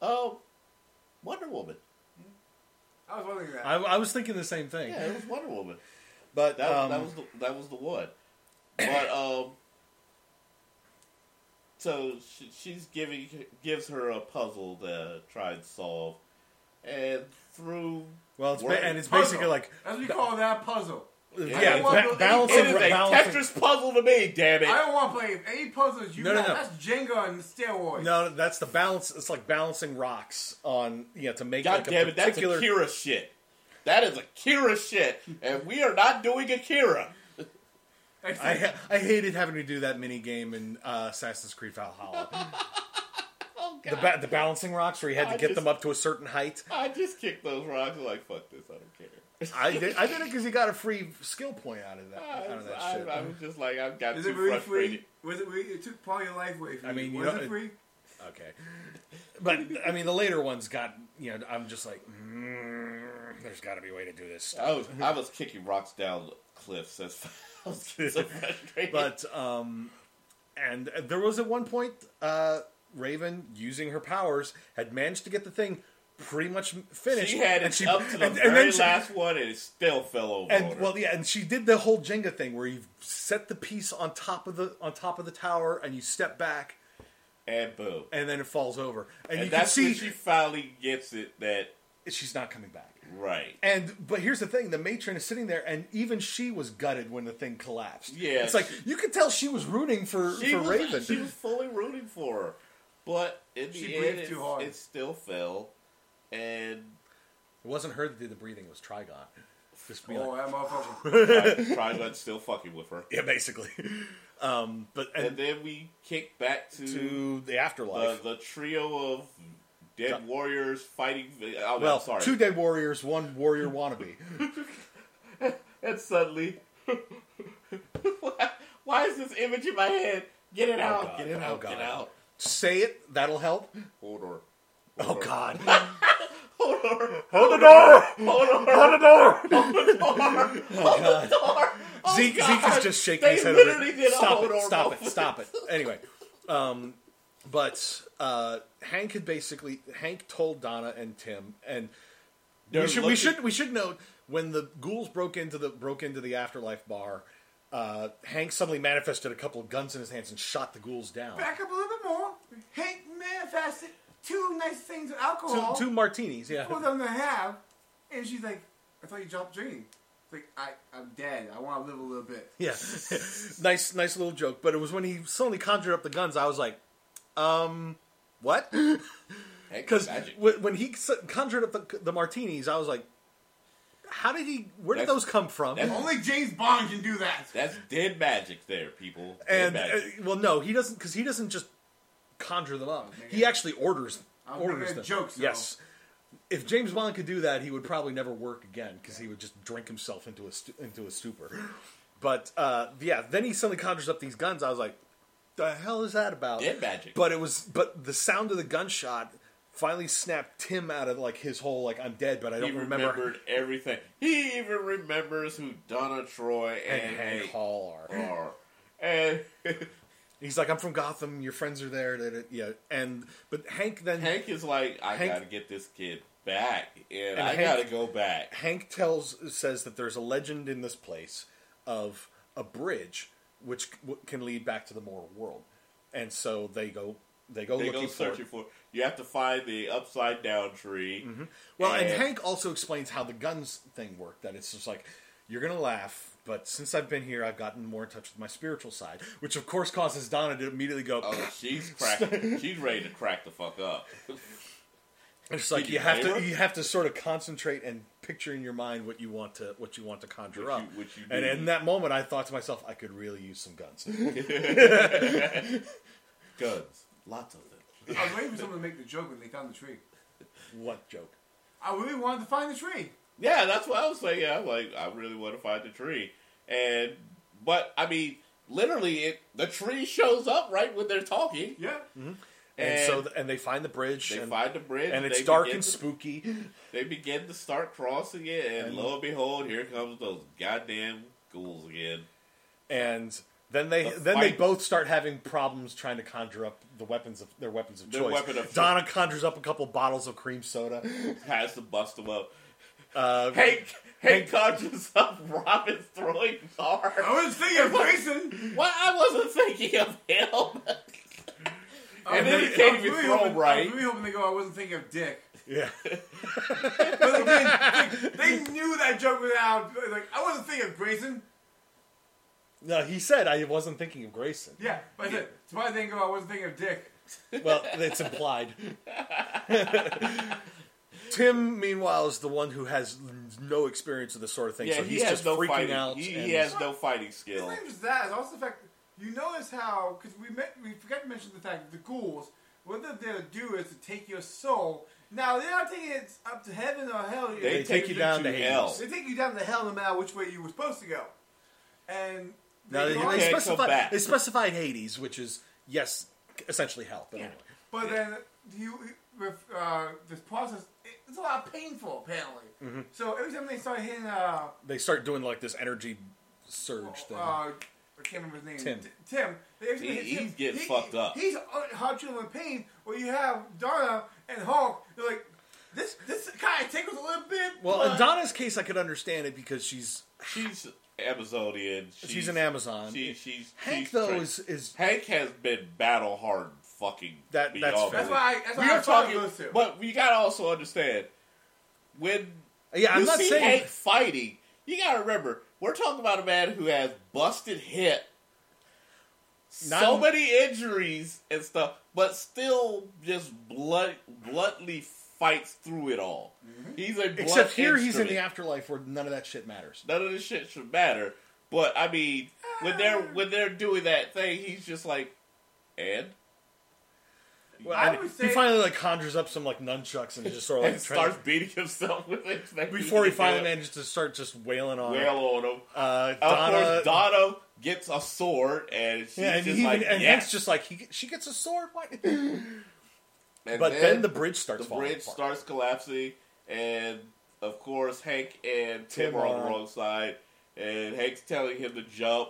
S4: oh, Wonder Woman.
S3: I was wondering that.
S2: I, I was thinking the same thing.
S4: Yeah, it was Wonder Woman.
S2: But
S4: That,
S2: um,
S4: that was the, that was the one. But um, so she, she's giving gives her a puzzle to try and solve, and through
S2: well, it's ba-
S4: word-
S2: and it's
S3: Puzzle.
S2: basically like
S3: That's what you call that puzzle.
S4: Yeah.
S2: yeah,
S4: I
S3: want
S2: ba-
S3: to-
S2: balancing,
S4: it is a
S2: balancing.
S4: Tetris puzzle to me. Damn it!
S3: I don't want to play any puzzles. You
S2: No,
S3: no,
S2: no, no.
S3: That's Jenga on steroids.
S2: No, that's the balance. It's like balancing rocks on you know to make
S4: God
S2: like
S4: damn
S2: a
S4: it! That's
S2: particular.
S4: Akira shit. That is Akira shit, and we are not doing Akira.
S3: Except-
S2: I ha- I hated having to do that mini game in uh, Assassin's Creed Valhalla.
S4: Oh
S2: the ba- the balancing rocks where you had to
S4: I
S2: get
S4: just-
S2: them up to a certain height.
S4: I just kicked those rocks. I'm like, fuck this. I don't care.
S2: I did, I did it because you got a free skill point out of that.
S4: I
S2: Out of
S4: was,
S2: that
S4: I,
S2: shit.
S4: I was just like, I've got
S3: Is
S4: too
S3: it really
S4: frustrated.
S3: free? Was it really? It took part of your life away from
S2: I mean, you
S3: you. Was
S2: don't-
S3: it free?
S2: okay, but I mean the later ones got you know I'm just like mm, there's got to be a way to do this. Stuff.
S4: I was I was kicking rocks down cliffs. That's I was getting so frustrated.
S2: But um, and there was at one point uh, Raven using her powers had managed to get the thing pretty much finished.
S4: she had
S2: and
S4: it up to the
S2: and- and
S4: very
S2: then she-
S4: last one, and it still fell over. on
S2: And
S4: her.
S2: well, yeah, and she did the whole Jenga thing where you set the piece on top of the on top of the tower, and you step back,
S4: and boom.
S2: and then it falls over, and,
S4: And
S2: you can
S4: that's
S2: see
S4: when she finally gets it. That
S2: she's not coming back.
S4: right.
S2: And but here's the thing: the matron is sitting there, and even she was gutted when the thing collapsed.
S4: Yeah,
S2: it's like
S4: she-
S2: you could tell she was rooting for
S4: She
S2: for
S4: was,
S2: Raven.
S4: She was fully rooting for her, but in the
S3: She
S4: end,
S3: breathed
S4: it,
S3: too hard.
S4: it still fell. And
S2: It wasn't her that did the breathing; it was Trigon. Just be
S3: Oh,
S2: like,
S3: that motherfucker.
S4: Trigun's still fucking with her.
S2: yeah, basically. Um, but
S4: And
S2: and
S4: then we kick back to,
S2: to the
S4: the,
S2: afterlife.
S4: the trio of dead warriors fighting. Oh,
S2: well,
S4: well, sorry.
S2: two dead warriors, one warrior wannabe.
S4: and suddenly, why is this image in my head? Get it out!
S2: God.
S4: Get it
S2: Oh,
S4: out!
S2: God.
S4: Get out!
S2: Say it. That'll help.
S4: Hodor.
S2: Oh God.
S4: Hodor.
S2: Hold the door.
S4: Hodor.
S2: Hold the door. Oh,
S4: Hodor. Hodor. Oh,
S2: Zeke,
S4: God.
S2: Zeke is just shaking
S4: They
S2: his head. over
S4: literally
S2: it.
S4: did a
S2: stop it!
S4: Hodor
S2: Stop
S4: moment.
S2: it! Stop it! Anyway, um, but uh, Hank had basically Hank told Donna and Tim, and we
S4: They're
S2: should, we
S4: looking-
S2: should we should note when the ghouls broke into the broke into the afterlife bar. Uh, Hank suddenly manifested a couple of guns in his hands and shot the ghouls down.
S3: Back up a little bit more. Hank manifested two nice things of
S2: Two,
S3: alcohol
S2: two martinis, yeah.
S3: for them to have, and she's like, "I thought you dropped drinking." It's like I, I'm dead. I want to live a little bit.
S2: Yeah. nice nice little joke. But it was when he suddenly conjured up the guns, I was like, um, what?
S4: Heck,
S2: Because
S4: magic.
S2: when he s- conjured up the, the martinis, I was like, how did he, where did
S4: That's-
S2: those come from?
S4: that's-
S3: Only James Bond can do that.
S4: That's dead magic there, people. Dead
S2: And, uh,
S4: magic.
S2: well, no, he doesn't, because he doesn't just conjure them up.
S3: man.
S2: He actually orders,
S3: I was
S2: orders
S3: making a
S2: them.
S3: joke, so-
S2: Yes. If James Bond could do that, he would probably never work again because he would just drink himself into a stu- into a stupor. But uh, yeah, then he suddenly conjures up these guns. I was like, "The hell is that about?"
S4: Dead magic.
S2: But it was but the sound of the gunshot finally snapped Tim out of like his whole like I'm dead, but I
S4: he
S2: don't remember
S4: remembered everything. He even remembers who Donna Troy
S2: and
S4: and,
S2: Hank
S4: Hank
S2: Hall are.
S4: are. And
S2: He's like, "I'm from Gotham. Your friends are there." da- da- Yeah, and but Hank then
S4: Hank is like, I
S2: Hank-
S4: gotta get this kid back, and,
S2: And
S4: I
S2: Hank-
S4: gotta go back.
S2: Hank tells says that there's a legend in this place of a bridge which c- w- can lead back to the moral world, and so they go they go
S4: They
S2: looking
S4: go
S2: for.
S4: searching
S2: It.
S4: for. You have to find the upside down tree.
S2: Mm-hmm. Well, and Hank also explains how the guns thing worked. That it's just like you're gonna laugh, but since I've been here, I've gotten more in touch with my spiritual side, which of course causes Donna to immediately go.
S4: Oh, she's cracking. she's ready to crack the fuck up.
S2: It's like
S4: Did
S2: you
S4: you
S2: have
S4: name
S2: to
S4: her?
S2: you have to sort of concentrate and picture in your mind what you want to what you want to conjure
S4: What you-
S2: up.
S4: what you
S2: and
S4: need.
S2: in that moment, I thought to myself, I could really use some guns.
S4: Guns, lots of them.
S3: I was waiting for someone to make the joke when they found the tree.
S2: what joke?
S3: I really wanted to find the tree.
S4: Yeah, that's what I was saying. Yeah, I'm like, I really want to find the tree, and but I mean, literally, it the tree shows up right when they're talking.
S3: Yeah.
S4: Mm-hmm.
S2: And,
S4: And
S2: so, th- and they find the bridge.
S4: They
S2: and,
S4: find the bridge,
S2: and it's
S4: they
S2: dark
S4: begin
S2: and
S4: to-
S2: spooky.
S4: They begin to start crossing it, and,
S2: And-
S4: lo and behold, here comes those goddamn ghouls again.
S2: And then they
S4: The
S2: then they
S4: fight.
S2: both start having problems trying to conjure up the weapons of their weapons of
S4: Their
S2: choice.
S4: weapon of
S2: Donna conjures up a couple bottles of cream soda.
S4: Has to bust them up.
S2: Uh,
S4: Hank, Hank conjures up Robin's throwing car.
S3: I was thinking of Grayson.
S4: Well, I wasn't thinking of him.
S3: I was
S4: And then he
S3: really-
S4: can't
S3: I was
S4: even
S3: really
S4: throw
S3: hoping, I
S4: right.
S3: was really hoping they go, I wasn't thinking of Dick.
S2: yeah,
S3: But again, they knew that joke was out. Like, I wasn't thinking of Grayson.
S2: no, he said I wasn't thinking of Grayson.
S3: Yeah. But I said, that's why I didn't go, I wasn't thinking of Dick.
S2: Well, it's implied. Tim, meanwhile, is the one who has no experience of this sort of thing,
S4: yeah,
S2: so
S4: he
S2: he's
S4: has
S2: just
S4: no
S2: freaking
S4: fighting.
S2: out.
S4: he,
S2: and-
S4: he has no fighting
S3: It's
S4: skill.
S3: not even just that. It's also the fact you notice how because we met, we forgot to mention the fact that the ghouls what they're there to do is to take your soul. Now they're not taking it up to heaven or hell.
S4: They, take, you down to hell.
S3: They take you down to hell no matter which way you were supposed to go. And
S2: Now they,
S3: go
S2: they
S3: on-
S4: can't come
S2: specify
S4: back.
S2: they specified Hades, which is yes, essentially hell. But anyway,
S3: but then you with uh, this process, it's a lot painful apparently.
S4: Mm-hmm.
S3: So every time they start hitting, uh,
S2: they start doing like this energy surge
S3: uh,
S2: thing.
S3: I can't remember his name.
S2: Tim.
S3: T- Tim. Every time they
S4: He-
S3: hit Tim,
S4: he's getting fucked up.
S3: He's hot children in pain. Where you have Donna and Hulk. They're like, this this kind of tickles a little bit.
S2: well,
S3: but
S2: in Donna's case, I could understand it because she's
S4: She's Amazonian. She's,
S2: she's, an Amazon.
S4: She, she's
S2: Hank
S4: she's
S2: though
S4: tra-
S2: is is
S4: Hank has been battle hard fucking
S2: That- that's fair.
S4: beyond belief.
S3: That's why. I, that's
S4: we
S3: why I
S4: are
S3: thought of
S4: talking,
S3: those two.
S4: but we gotta also understand when
S2: yeah. I'm
S4: you
S2: not
S4: see
S2: saying
S4: Hank fighting. You gotta remember, we're talking about a man who has busted hip, so
S2: Not-
S4: many injuries and stuff, but still just blood, bluntly fights through it all. He's a blunt
S2: Except here, he's in
S4: instrument.
S2: the afterlife where none of that shit matters.
S4: None of this shit should matter. But I mean, when they're when they're doing that thing, he's just like, and
S2: Well,
S3: I
S2: I-
S3: would
S2: he
S3: say-
S2: finally like conjures up some like nunchucks and just sort of like
S4: and
S2: tries-
S4: starts beating himself with it Like,
S2: before he
S4: can
S2: finally
S4: do it.
S2: manages to start just wailing on. her.
S4: wail on him.
S2: Uh,
S4: Of
S2: Donna,
S4: course, Donna gets a sword, and she's
S2: yeah, and,
S4: just
S2: he,
S4: like,
S2: and
S4: yes.
S2: Hank's just like he, she gets a sword. What?
S4: And
S2: But then the bridge starts
S4: the
S2: falling
S4: bridge
S2: apart.
S4: starts collapsing, and of course Hank and Tim,
S2: Tim
S4: are on
S2: are-
S4: the wrong side, and Hank's telling him to jump.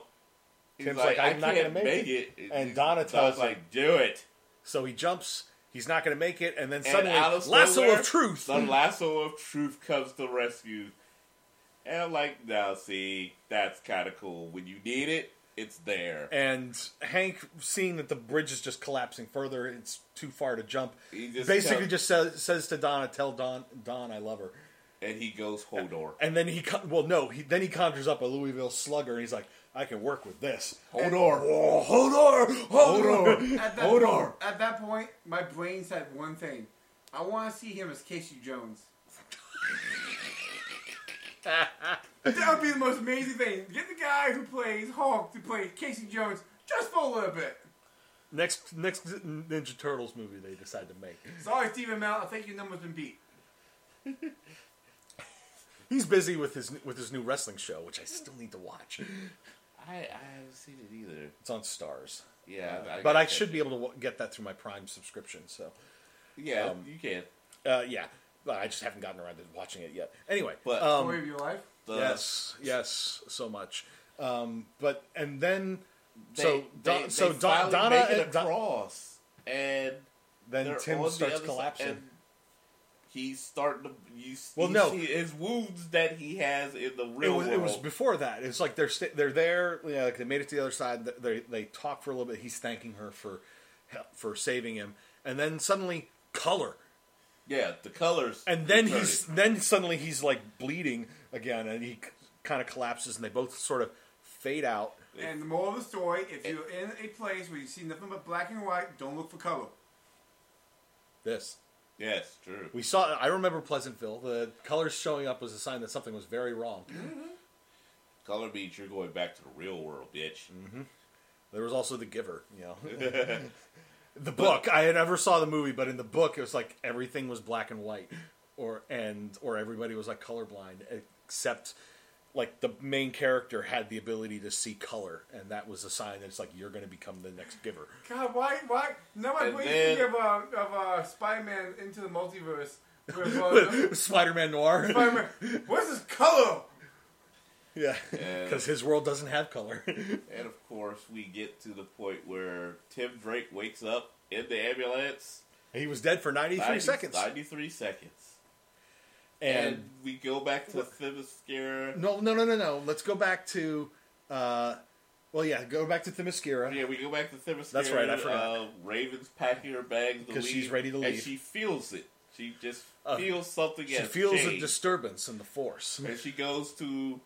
S4: He's
S2: Tim's like, "I'm not
S4: can't
S2: gonna make
S4: it."
S2: And
S4: he's-
S2: Donna
S4: Donna's
S2: tells him-
S4: like, "Do it."
S2: So he jumps. He's not going to make it, and then
S4: And
S2: suddenly,
S4: out of
S2: lasso
S4: nowhere,
S2: of truth.
S4: The lasso of truth comes to rescue, and I'm like, now see, that's kind of cool. When you need it, it's there.
S2: And Hank, seeing that the bridge is just collapsing further, it's too far to jump.
S4: He just
S2: basically,
S4: kept-
S2: just says, says to Donna, "Tell Don, Don, I love her."
S4: And he goes Hodor.
S2: And then he, con- well, no, he then he conjures up a Louisville Slugger, and he's like, "I can work with this."
S4: Hodor.
S2: Oh, Hodor, Hodor.
S3: At that,
S2: Hodor.
S3: Point, at that point, my brain said one thing. I want to see him as Casey Jones. that would be the most amazing thing. Get the guy who plays Hulk to play Casey Jones just for a little bit.
S2: Next, next Ninja Turtles movie they decide to make.
S3: Sorry, Steven Mel. I think your number's been beat.
S2: He's busy with his with his new wrestling show, which I still need to watch.
S4: I, I haven't seen it either.
S2: It's on Stars,
S4: Yeah,
S2: but
S4: got
S2: I
S4: that.
S2: should be able to wa- get that through my Prime subscription. So,
S4: Yeah, you can.
S2: uh, yeah, but I just haven't gotten around to watching it yet. Anyway, um,
S4: But
S3: Story of your life.
S4: the,
S2: yes, yes, so much. Um, but and then
S4: they-
S2: so
S4: they-
S2: Don-
S4: they
S2: so Don-
S4: finally
S2: Donna
S4: make it
S2: and Don-
S4: across, and
S2: then
S4: they're on
S2: Tim
S4: the
S2: starts
S4: other side,
S2: collapsing.
S4: and He's starting to. You, s-
S2: Well,
S4: you
S2: no.
S4: see his wounds that he has in the
S2: it
S4: real
S2: was,
S4: world.
S2: it was before that. It's like they're sta- they're there. You know, like they made it to the other side. th- They they talk for a little bit. He's thanking her for for saving him, and then suddenly color.
S4: yeah, the colors.
S2: And then
S4: returning.
S2: he's then suddenly he's like bleeding again, and he kind of collapses, and they both sort of fade out.
S3: And the moral of the story: if you're in a place where you see nothing but black and white, don't look for color.
S2: This
S4: yes, true.
S2: we saw. I remember Pleasantville. The colors showing up was a sign that something was very wrong.
S4: Color means you're going back to the real world, bitch.
S2: Mm-hmm. There was also The Giver. You know, the book. I had never saw the movie, but in the book, it was like everything was black and white, or and or everybody was like colorblind except. Like the main character had the ability to see color, and that was a sign that it's like you're going to become the next giver.
S3: God, why? Why? Now I
S4: And
S3: really
S4: then-
S3: think of uh, of uh, Spider-Man into the multiverse. With, uh,
S2: Spider-Man Noir.
S3: Spider-Man, where's this color?
S2: Yeah,
S4: And-
S2: because his world doesn't have color.
S4: And of course, we get to the point where Tim Drake wakes up in the ambulance.
S2: he was dead for 93
S4: 90
S2: seconds.
S4: Ninety-three seconds. And,
S2: and
S4: we go back to Themyscira.
S2: no, no, no, no, no. Let's go back to. Uh, well, yeah, go back to Themyscira.
S4: Yeah, we go back to Themyscira.
S2: That's right, I forgot.
S4: Uh, Raven's packing her bags to
S2: 'Cause she's
S4: leave,
S2: ready to
S4: and
S2: leave.
S4: she feels it. She just
S2: Uh,
S4: feels something.
S2: She
S4: has
S2: feels a
S4: changed.
S2: disturbance in the Force.
S4: and she goes to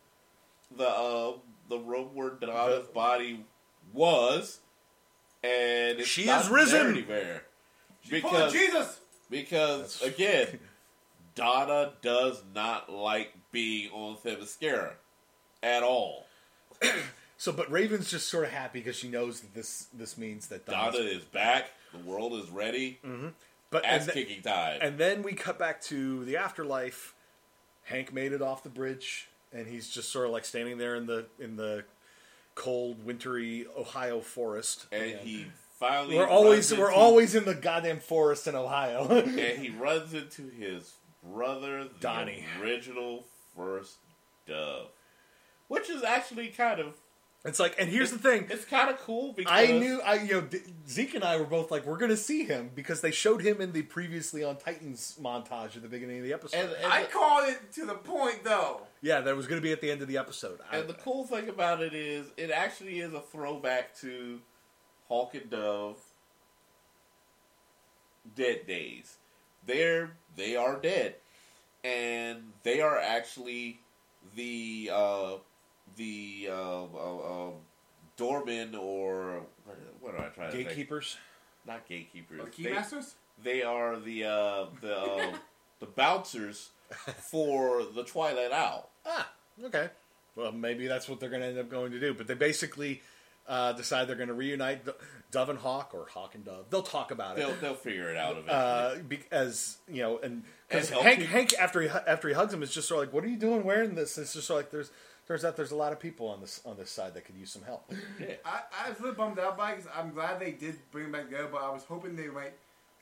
S4: the uh, the room where Donna's body was, and it's
S2: She
S4: not
S2: is risen.
S4: there anywhere.
S3: Pull
S4: Because
S3: Jesus.
S4: because again, Donna does not like being on Themyscira at all.
S2: So, but Raven's just sort of happy because she knows that this this means that
S4: Donna
S2: Donna's-
S4: is back. The world is ready.
S2: But Mm-hmm. and
S4: Ass
S2: the-
S4: kicking time.
S2: And then we cut back to the afterlife. Hank made it off the bridge, and he's just sort of like standing there in the in the cold, wintry Ohio forest.
S4: and he finally
S2: we're
S4: runs
S2: always we're
S4: into-
S2: always in the goddamn forest in Ohio.
S4: and he runs into his brother, the
S2: Donnie.
S4: original first dove, which is actually kind of
S2: it's like, and here's the thing.
S4: it's kind of cool because
S2: I knew I you know D- Zeke and I were both like we're gonna see him because they showed him in the previously on Titans montage at the beginning of the episode.
S4: and, and,
S3: I
S4: the,
S3: called it to the point though.
S2: yeah, that was gonna be at the end of the episode. I-
S4: and the cool thing about it is it actually is a throwback to Hawk and Dove dead days. They're they are dead, and they are actually the uh, the uh, uh, uh, doormen or what am I trying to think?
S2: gatekeepers.
S4: not gatekeepers.
S3: The
S4: They-
S3: Keymasters.
S4: They are the uh, the uh, the bouncers for the Twilight Owl.
S2: Ah, okay. Well, maybe that's what they're going to end up going to do. But they basically uh, decide they're going to reunite Do- Dove and Hawk, or Hawk and Dove. They'll talk about
S4: They'll
S2: it.
S4: they'll figure it out eventually.
S2: Uh, be- as you know, and because
S4: And help
S2: Hank,
S4: you-
S2: Hank after he hu- after he hugs him is just sort of like, "What are you doing wearing this?" It's just sort of like there's turns out there's a lot of people on this on this side that could use some help.
S4: yeah.
S3: I, I was a little bummed out by it 'cause I'm glad they did bring him back together, but I was hoping they might.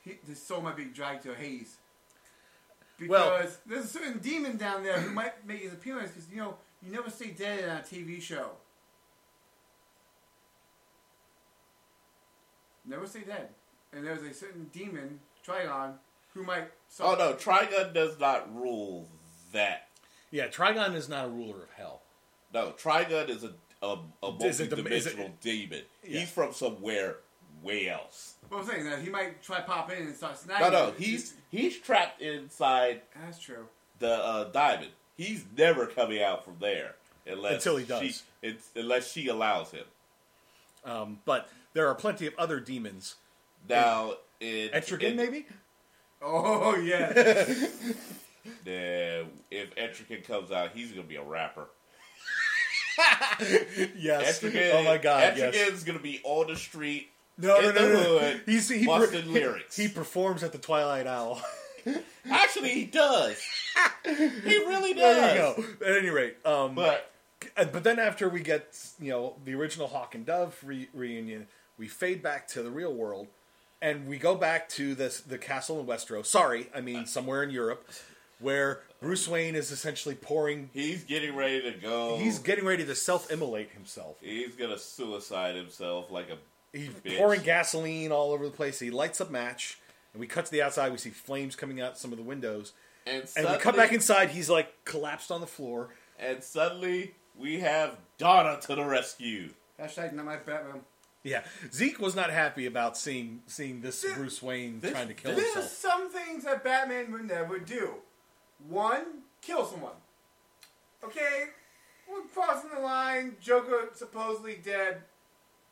S3: He, this soul might be dragged to a haze. Because
S2: Well-
S3: there's a certain demon down there who might make his appearance because, you know, you never stay dead in a TV show. Never stay dead. And there's a certain demon, Trigon, who might.
S4: Oh no, Trigun does not rule that.
S2: Yeah, Trigon is not a ruler of hell.
S4: No, Trigun is a a, a
S2: Is it the- is it-
S4: multi-dimensional demon.
S2: Yeah.
S4: He's from somewhere way else.
S3: What I'm saying is that he might try pop in and start
S4: No,
S3: snagging.
S4: no,
S3: it.
S4: he's he's trapped inside
S3: That's true.
S4: the uh, diamond. He's never coming out from there unless
S2: Until he does.
S4: She, it's, unless she allows him.
S2: Um, but there are plenty of other demons.
S4: Now, in,
S2: Etrigan,
S4: in-
S2: maybe.
S3: Oh, yeah.
S4: Nah, if Etrigan comes out, he's gonna be a rapper.
S2: Yes.
S4: Etrigan,
S2: oh my God.
S4: Etrigan's
S2: Yes.
S4: gonna be on the street.
S2: No,
S4: in
S2: no,
S4: the
S2: no, no.
S4: hood,
S2: He's, he, per-
S4: busting lyrics.
S2: he performs at the Twilight Owl.
S4: Actually, he does. he really does.
S2: there you go. At any rate, um, but,
S4: But
S2: but then after we get you know the original Hawk and Dove re- reunion, we fade back to the real world, and we go back to this the castle in Westeros. Sorry, I mean somewhere in Europe, where Bruce Wayne is essentially pouring.
S4: he's getting ready to go.
S2: He's getting ready to self-immolate himself.
S4: he's gonna suicide himself like a
S2: He's
S4: bitch.
S2: pouring gasoline all over the place. He lights a match, and we cut to the outside. We see flames coming out some of the windows,
S4: And,
S2: and
S4: suddenly,
S2: we cut back inside. He's like collapsed on the floor.
S4: and suddenly we have Donna to the rescue.
S3: Hashtag not my Batman.
S2: Yeah, Zeke was not happy about seeing seeing this Bruce Wayne
S4: this-
S2: trying to kill
S4: this-
S3: There's
S2: himself.
S3: some things that Batman would never do. One, kill someone. Okay, we're crossing the line. Joker supposedly dead.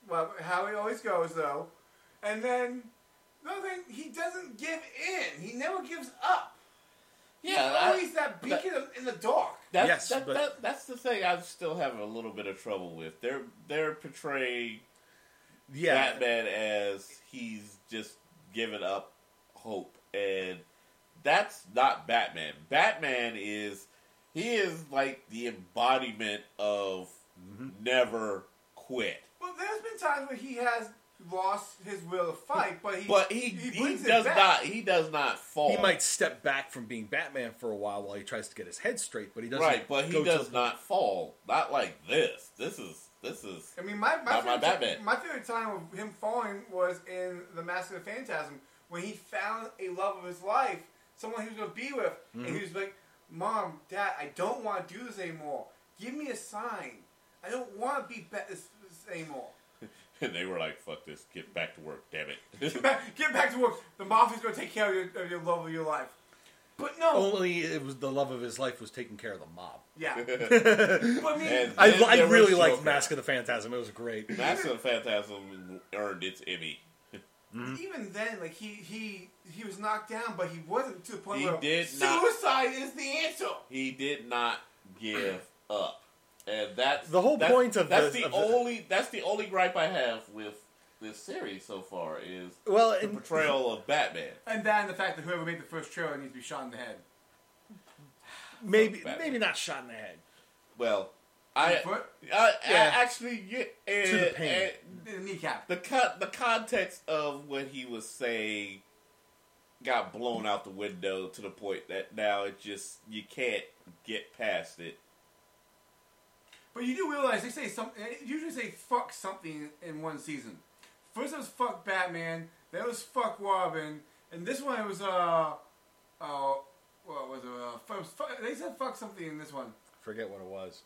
S3: Well, how he always goes though. And then another thing, he doesn't give in. He never gives up. He's
S4: Yeah, I-
S3: always that beacon in the dark.
S4: That's,
S2: Yes,
S4: that,
S2: but-
S4: that, that's the thing I'm still having a little bit of trouble with. They're they're portraying
S2: Yeah,
S4: Batman as he's just given up hope, and that's not Batman. Batman is he is like the embodiment of
S2: Mm-hmm.
S4: never quit,
S3: Well, there's been times where he has lost his will to fight, but he
S4: but he he,
S3: brings it
S4: does
S3: back.
S4: not he does not fall.
S2: he might step back from being Batman for a while while he tries to get his head straight, but he doesn't.
S4: right, but
S2: go to
S4: he does
S2: the-
S4: not fall. Not like this. This is this is
S3: I mean, my my,
S4: Not my
S3: favorite,
S4: Batman.
S3: my favorite time of him falling was in The Mask of the Phantasm when he found a love of his life, someone he was going to be with,
S4: Mm-hmm.
S3: and he was like, "Mom, Dad, I don't want to do this anymore. Give me a sign. I don't want to be ba- this, this anymore.
S4: And they were like, "Fuck this! Get back to work, damn
S3: Get
S4: it!"
S3: back, get back to work. The mafia's going to take care of your, of your love of your life." But no,
S4: Oh.
S2: Only it was the love of his life was taking care of the mob.
S3: yeah. but I mean,
S4: And
S2: I,
S4: then
S2: I
S4: there was
S2: really liked
S4: Joker.
S2: Mask of the Phantasm. It was great.
S4: Mask of the Phantasm earned its Emmy.
S3: even then, like he he he was knocked down, but he wasn't to the point
S4: He
S3: where
S4: did not-
S3: suicide is the answer.
S4: He did not give up, and that's
S2: The whole
S4: that's-
S2: point of
S4: that's
S2: the-
S4: the
S2: of the-
S4: only that's the only gripe I have with this series so far is
S2: Well,
S4: the
S2: and-
S4: portrayal of Batman.
S3: And that and the fact that whoever made the first trailer needs to be shot in the head.
S2: maybe
S4: Batman.
S2: maybe not shot in the head.
S4: Well, I I,
S3: But-
S4: I
S2: Yeah.
S4: actually get and,
S2: the pain.
S4: and
S3: In the kneecap.
S4: the con- the context of what he was saying got blown out the window to the point that now it just you can't get past it.
S3: But you do realize they say something, they usually say fuck something in one season. First it was fuck Batman, then it was fuck Robin, and this one it was, uh, uh, what was it? Uh, fu- it was fu- they said fuck something in this one.
S2: Forget what it was.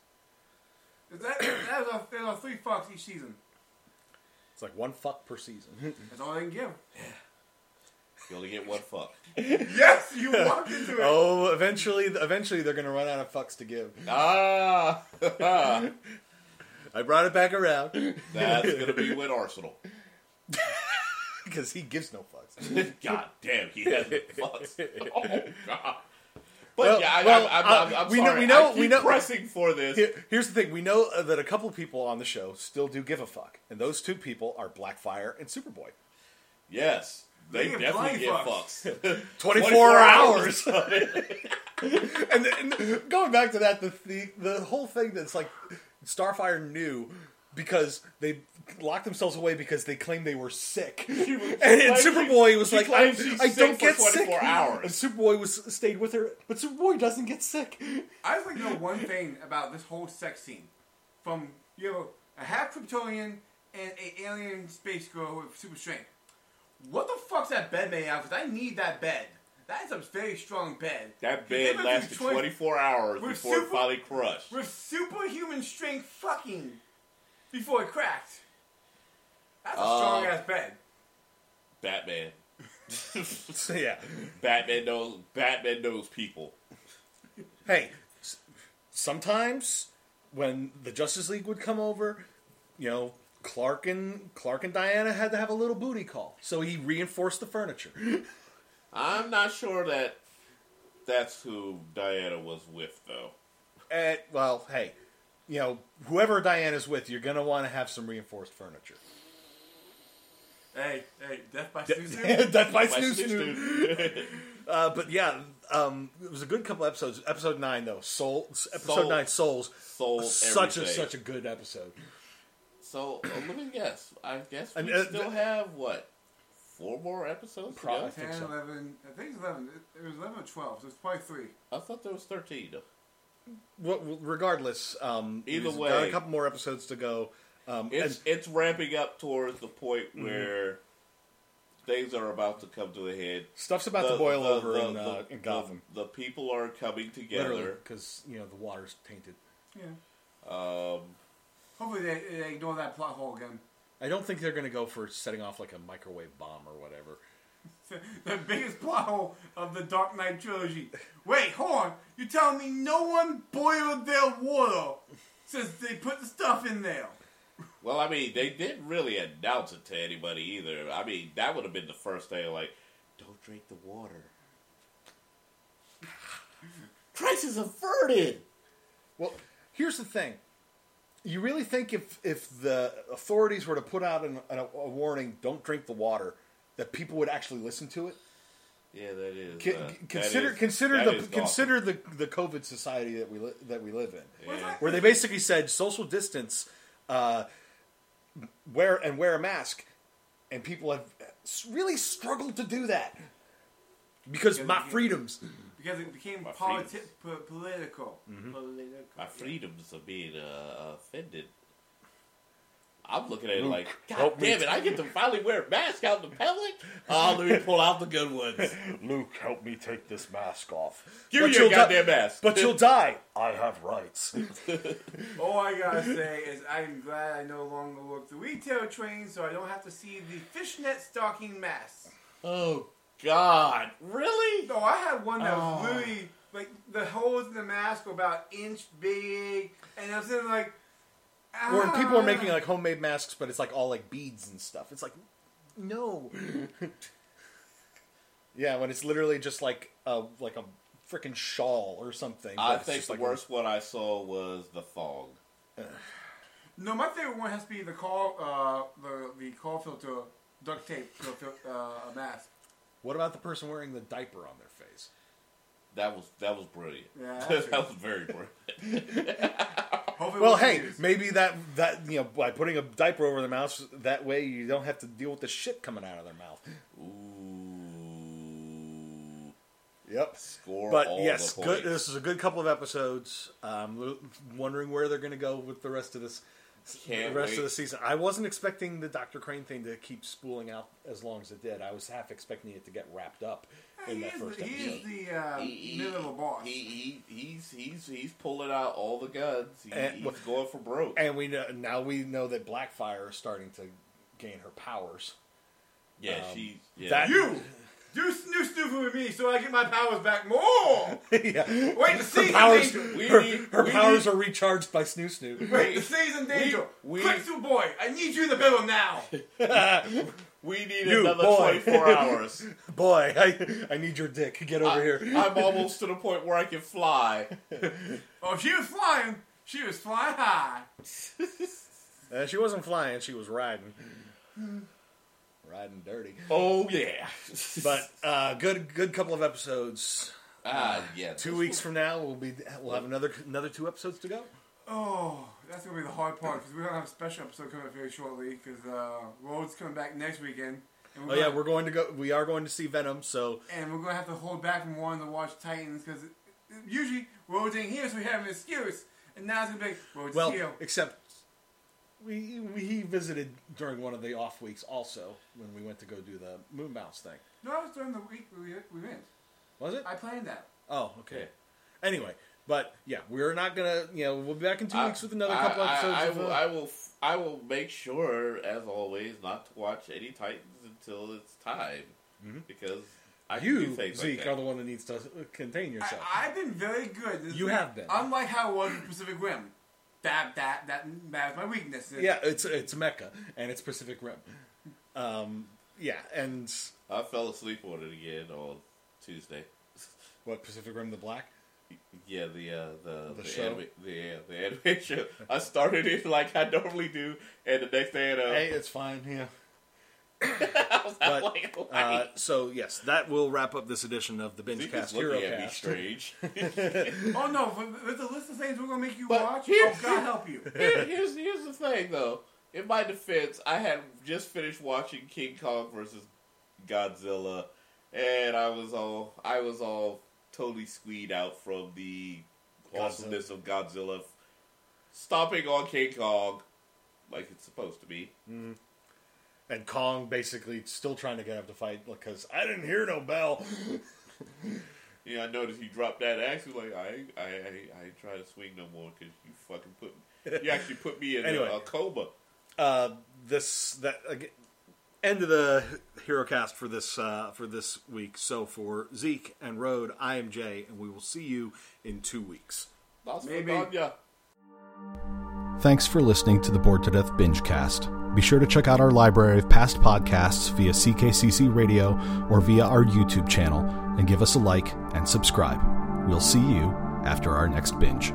S3: That, that was, a, there was a three fucks each season.
S2: It's like one fuck per season.
S3: That's all they can give.
S4: You only get one fuck.
S3: Yes, you walked into it.
S2: oh, eventually, eventually they're gonna run out of fucks to give.
S4: Ah,
S2: I brought it back around
S4: that's gonna be with Arsenal.
S2: because he gives no fucks.
S4: God damn, he has the fucks. Oh God. But
S2: Well,
S4: yeah, I,
S2: well,
S4: I'm,
S2: uh,
S4: I'm, I'm, I'm
S2: we know-
S4: sorry.
S2: we know-
S4: I keep
S2: we know-
S4: pressing for this.
S2: Here- Here's the thing: we know uh, that a couple people on the show still do give a fuck, and those two people are Blackfire and Superboy.
S4: Yes, they
S3: They get
S4: definitely
S3: blind
S4: get
S3: fucks.
S4: fucks.
S2: Twenty
S4: 24
S2: four hours. and, then going back to that, the, the the whole thing that's like Starfire knew because they locked themselves away because they claimed they were sick.
S4: She was-
S2: And, and
S4: like, she-
S2: Superboy was
S4: she
S2: like, I,
S4: claims she's
S2: I
S4: sick
S2: don't
S4: for
S2: get sick.
S4: 24 hours.
S2: And Superboy was stayed with her, but Superboy doesn't get sick.
S3: I just like to know one thing about this whole sex scene. From you have a, a half Kryptonian and a alien space girl with super strength. What the fuck's that bed made out? Because I need that bed. That is a very strong bed.
S4: That
S3: They
S4: bed
S3: live in
S4: lasted
S3: twen-
S4: 24 hours
S3: We're
S4: before it
S3: super-
S4: finally crushed.
S3: with superhuman strength, fucking before it cracked. That's a
S4: Uh,
S3: strong ass bed.
S4: Batman.
S2: So yeah.
S4: Batman knows. Batman knows people.
S2: hey, s- sometimes when the Justice League would come over, you know, Clark and Clark and Diana had to have a little booty call, so he reinforced the furniture.
S4: I'm not sure that that's who Diana was with, though.
S2: And, well, hey, you know, whoever Diana's with, you're gonna want to have some reinforced furniture.
S3: Hey, hey, death by Susan.
S2: That's my
S4: My
S2: snooze.
S4: sister-
S2: snoo. Uh, but yeah, um, it was a good couple episodes. Episode nine though, Soul. Episode
S4: Soul.
S2: nine, Souls.
S4: sold
S2: Such a
S4: everything.
S2: such a good episode.
S4: So uh, let me guess. I guess we
S2: And, uh,
S4: still
S2: th-
S4: have what four more episodes. to go?
S2: Probably. think
S3: 10,
S2: so.
S3: 11, I think it's 11. It, it was 11 or 12, so it's probably 3.
S4: I thought there was thirteen.
S2: Well, regardless, um,
S4: Either
S2: there's
S4: way.
S2: got a couple more episodes to go. Um,
S4: It's
S2: and-
S4: it's ramping up towards the point
S2: Mm-hmm.
S4: where things are about to come to a head.
S2: Stuff's about to boil over in, uh, in
S4: the-
S2: Gotham.
S4: The, people are coming
S2: Literally,
S4: together.
S2: because you know the water's tainted.
S3: Yeah.
S4: Um,
S3: Hopefully they, they ignore that plot hole again.
S2: I don't think they're going to go for setting off like a microwave bomb or whatever.
S3: the biggest plot hole of the Dark Knight trilogy. Wait, hold on. You're telling me no one boiled their water since they put the stuff in there?
S4: well, I mean, they didn't really announce it to anybody either. I mean, that would have been the first thing. Like, don't drink the water. Crisis averted.
S2: Well, here's the thing: you really think if if the authorities were to put out an, an, a warning, "Don't drink the water," that people would actually listen to it?
S4: Yeah, that is.
S2: Con-
S4: uh,
S2: consider
S4: that is-
S2: consider
S4: that
S2: the
S4: is Gotham.
S2: consider the the COVID society that we li- that we live in.
S3: What if
S4: Yeah.
S3: I-
S2: where they basically said social distance, uh, wear and wear a mask, and people have really struggled to do that because my freedoms.
S3: Because it became
S4: My
S3: politi-
S4: freedoms.
S3: po- political. Political.
S4: My freedoms are being uh, offended. I'm looking at it like, God
S2: help me.
S4: damn it, I get to finally wear a mask out in the public? Oh, let me pull out the good ones.
S2: Luke, help me take this mask off.
S4: Give me your goddamn mask.
S2: But you'll die. I have rights.
S3: All I gotta say is I'm glad I no longer work the retail train so I don't have to see the fishnet stocking masks.
S4: Oh, God. Really?
S3: No, I had one that
S4: Oh.
S3: was really like the holes in the mask were about inch big, and I was sitting like,
S2: or when people are making
S3: "Ah."
S2: like homemade masks, but it's like all like beads and stuff. It's like, no. yeah, when it's literally just like a like a freaking shawl or something.
S4: I
S2: but it's
S4: think
S2: just
S4: the
S2: like-
S4: worst one I saw was the fog.
S3: No, my favorite one has to be the call, uh, the the call filter duct tape to a, fil- uh, a mask.
S2: What about the person wearing the diaper on their face?
S4: That was that was brilliant.
S3: Yeah, that's
S4: that was very brilliant.
S3: Hopefully it
S2: Well,
S3: wasn't
S2: hey,
S3: used.
S2: maybe that that you know by putting a diaper over their mouth, that way you don't have to deal with the shit coming out of their mouth.
S4: Ooh.
S2: Yep.
S4: Score
S2: But
S4: all
S2: yes,
S4: the
S2: good.
S4: points.
S2: This is a good couple of episodes. I'm lo- wondering where they're going to go with the rest of this.
S4: Can't
S2: the rest
S4: wait.
S2: of the season. I wasn't expecting the Dr. Crane thing to keep spooling out as long as it did. I was half expecting it to get wrapped up in
S3: he
S2: that
S3: is
S2: first
S3: the, he
S2: episode.
S3: is the uh,
S4: he,
S3: middle of a boss.
S4: He, he he's he's he's pulling out all the guns. He,
S2: And-
S4: he's going for broke.
S2: And we know, now we know that Blackfire is starting to gain her powers.
S4: yeah,
S2: um,
S4: she. Yeah.
S2: that-
S3: you, you snoo snoofing with me so I get my powers back more.
S2: yeah.
S3: Wait, the
S2: Her
S3: season
S2: powers,
S3: danger.
S4: We
S2: her,
S4: need-
S2: her
S4: we
S2: powers
S4: need-
S2: are recharged by Snoo Snoo.
S3: Wait, the season danger.
S4: we-
S3: Quick, Sue boy, I need you in the middle now.
S4: We need
S2: You,
S4: another
S2: boy.
S4: 24 hours.
S2: Boy, I, I need your dick. Get
S4: Uh,
S2: over here.
S4: I, am almost to the point where I can fly.
S3: Oh, if she was flying. She was flying high.
S2: Uh, she wasn't flying, she was riding. riding dirty.
S4: Oh yeah.
S2: But uh, good good couple of episodes.
S4: ah yeah.
S2: Two weeks from now we'll be we'll have another another two episodes to go.
S3: Oh, that's gonna be the hard part because we're gonna have a special episode coming up very shortly because uh, Rhodes coming back next weekend. And
S2: Oh
S3: we're
S2: yeah,
S3: gonna,
S2: we're going to go we are going to see Venom, so
S3: and we're gonna have to hold back from wanting to watch Titans because usually Rhodes ain't here, so we have an excuse. And now it's gonna be like, Rhodes is
S2: well
S3: here.
S2: except we, we he visited during one of the off weeks also when we went to go do the moon bounce thing.
S3: No, it's during the week we we went.
S2: Was it?
S3: I planned that.
S2: Oh, okay.
S4: Yeah.
S2: Anyway, but yeah, we're not gonna. You know, we'll be back in two weeks with another
S4: I-
S2: couple
S4: I-
S2: episodes.
S4: I,
S2: of,
S4: will,
S2: uh,
S4: I will. f- I will make sure, as always, not to watch any Titans until it's time, because I can do
S2: Mm-hmm. you,
S4: things
S2: Zeke,
S4: like
S2: are
S4: that.
S2: the one that needs to contain yourself.
S3: I, I've been very good. This
S2: You
S3: week,
S2: have been.
S3: Unlike how it was in Pacific Rim. That that that that is my weakness.
S2: yeah, it's it's Mecca and it's Pacific Rim. Um, yeah, and
S4: I fell asleep on it again on Tuesday.
S2: what Pacific Rim the Black?
S4: Yeah, the uh, the the,
S2: show?
S4: anime, the uh, the anime show. I started it like I normally do, and the next day, I know,
S2: Hey, it's fine. Yeah.
S4: I was
S2: but,
S4: like, "Why?"
S2: Uh, so yes, that will wrap up this edition of the binge
S4: Zeke is
S2: cast
S4: looking at me
S2: Cast.
S4: strange.
S3: Oh no! With- With the list of things we're gonna make you
S4: But
S3: watch,
S4: here-
S3: oh God help you.
S4: Here- here's here's the thing though. In my defense, I had just finished watching King Kong versus Godzilla, and I was all I was all totally squeed out from the awesomeness of Godzilla. Stopping on King Kong, like it's supposed to be.
S2: and Kong basically still trying to get up to fight because I didn't hear no bell.
S4: Yeah, I noticed he dropped that axe. He was Like I, ain't- I, I, ain't- I ain't trying to swing no more because you fucking put, you actually put me in a-
S2: Anyway.
S4: a coma.
S2: uh, this that again, end of the hero cast for this uh, for this week. So for Zeke and Rode, I am Jay, and we will see you in two weeks.
S4: That's
S3: Maybe.
S1: Thanks for listening to the Bored to Death Binge Cast. Be sure to check out our library of past podcasts via CKCC Radio or via our YouTube channel and give us a like and subscribe. We'll see you after our next binge.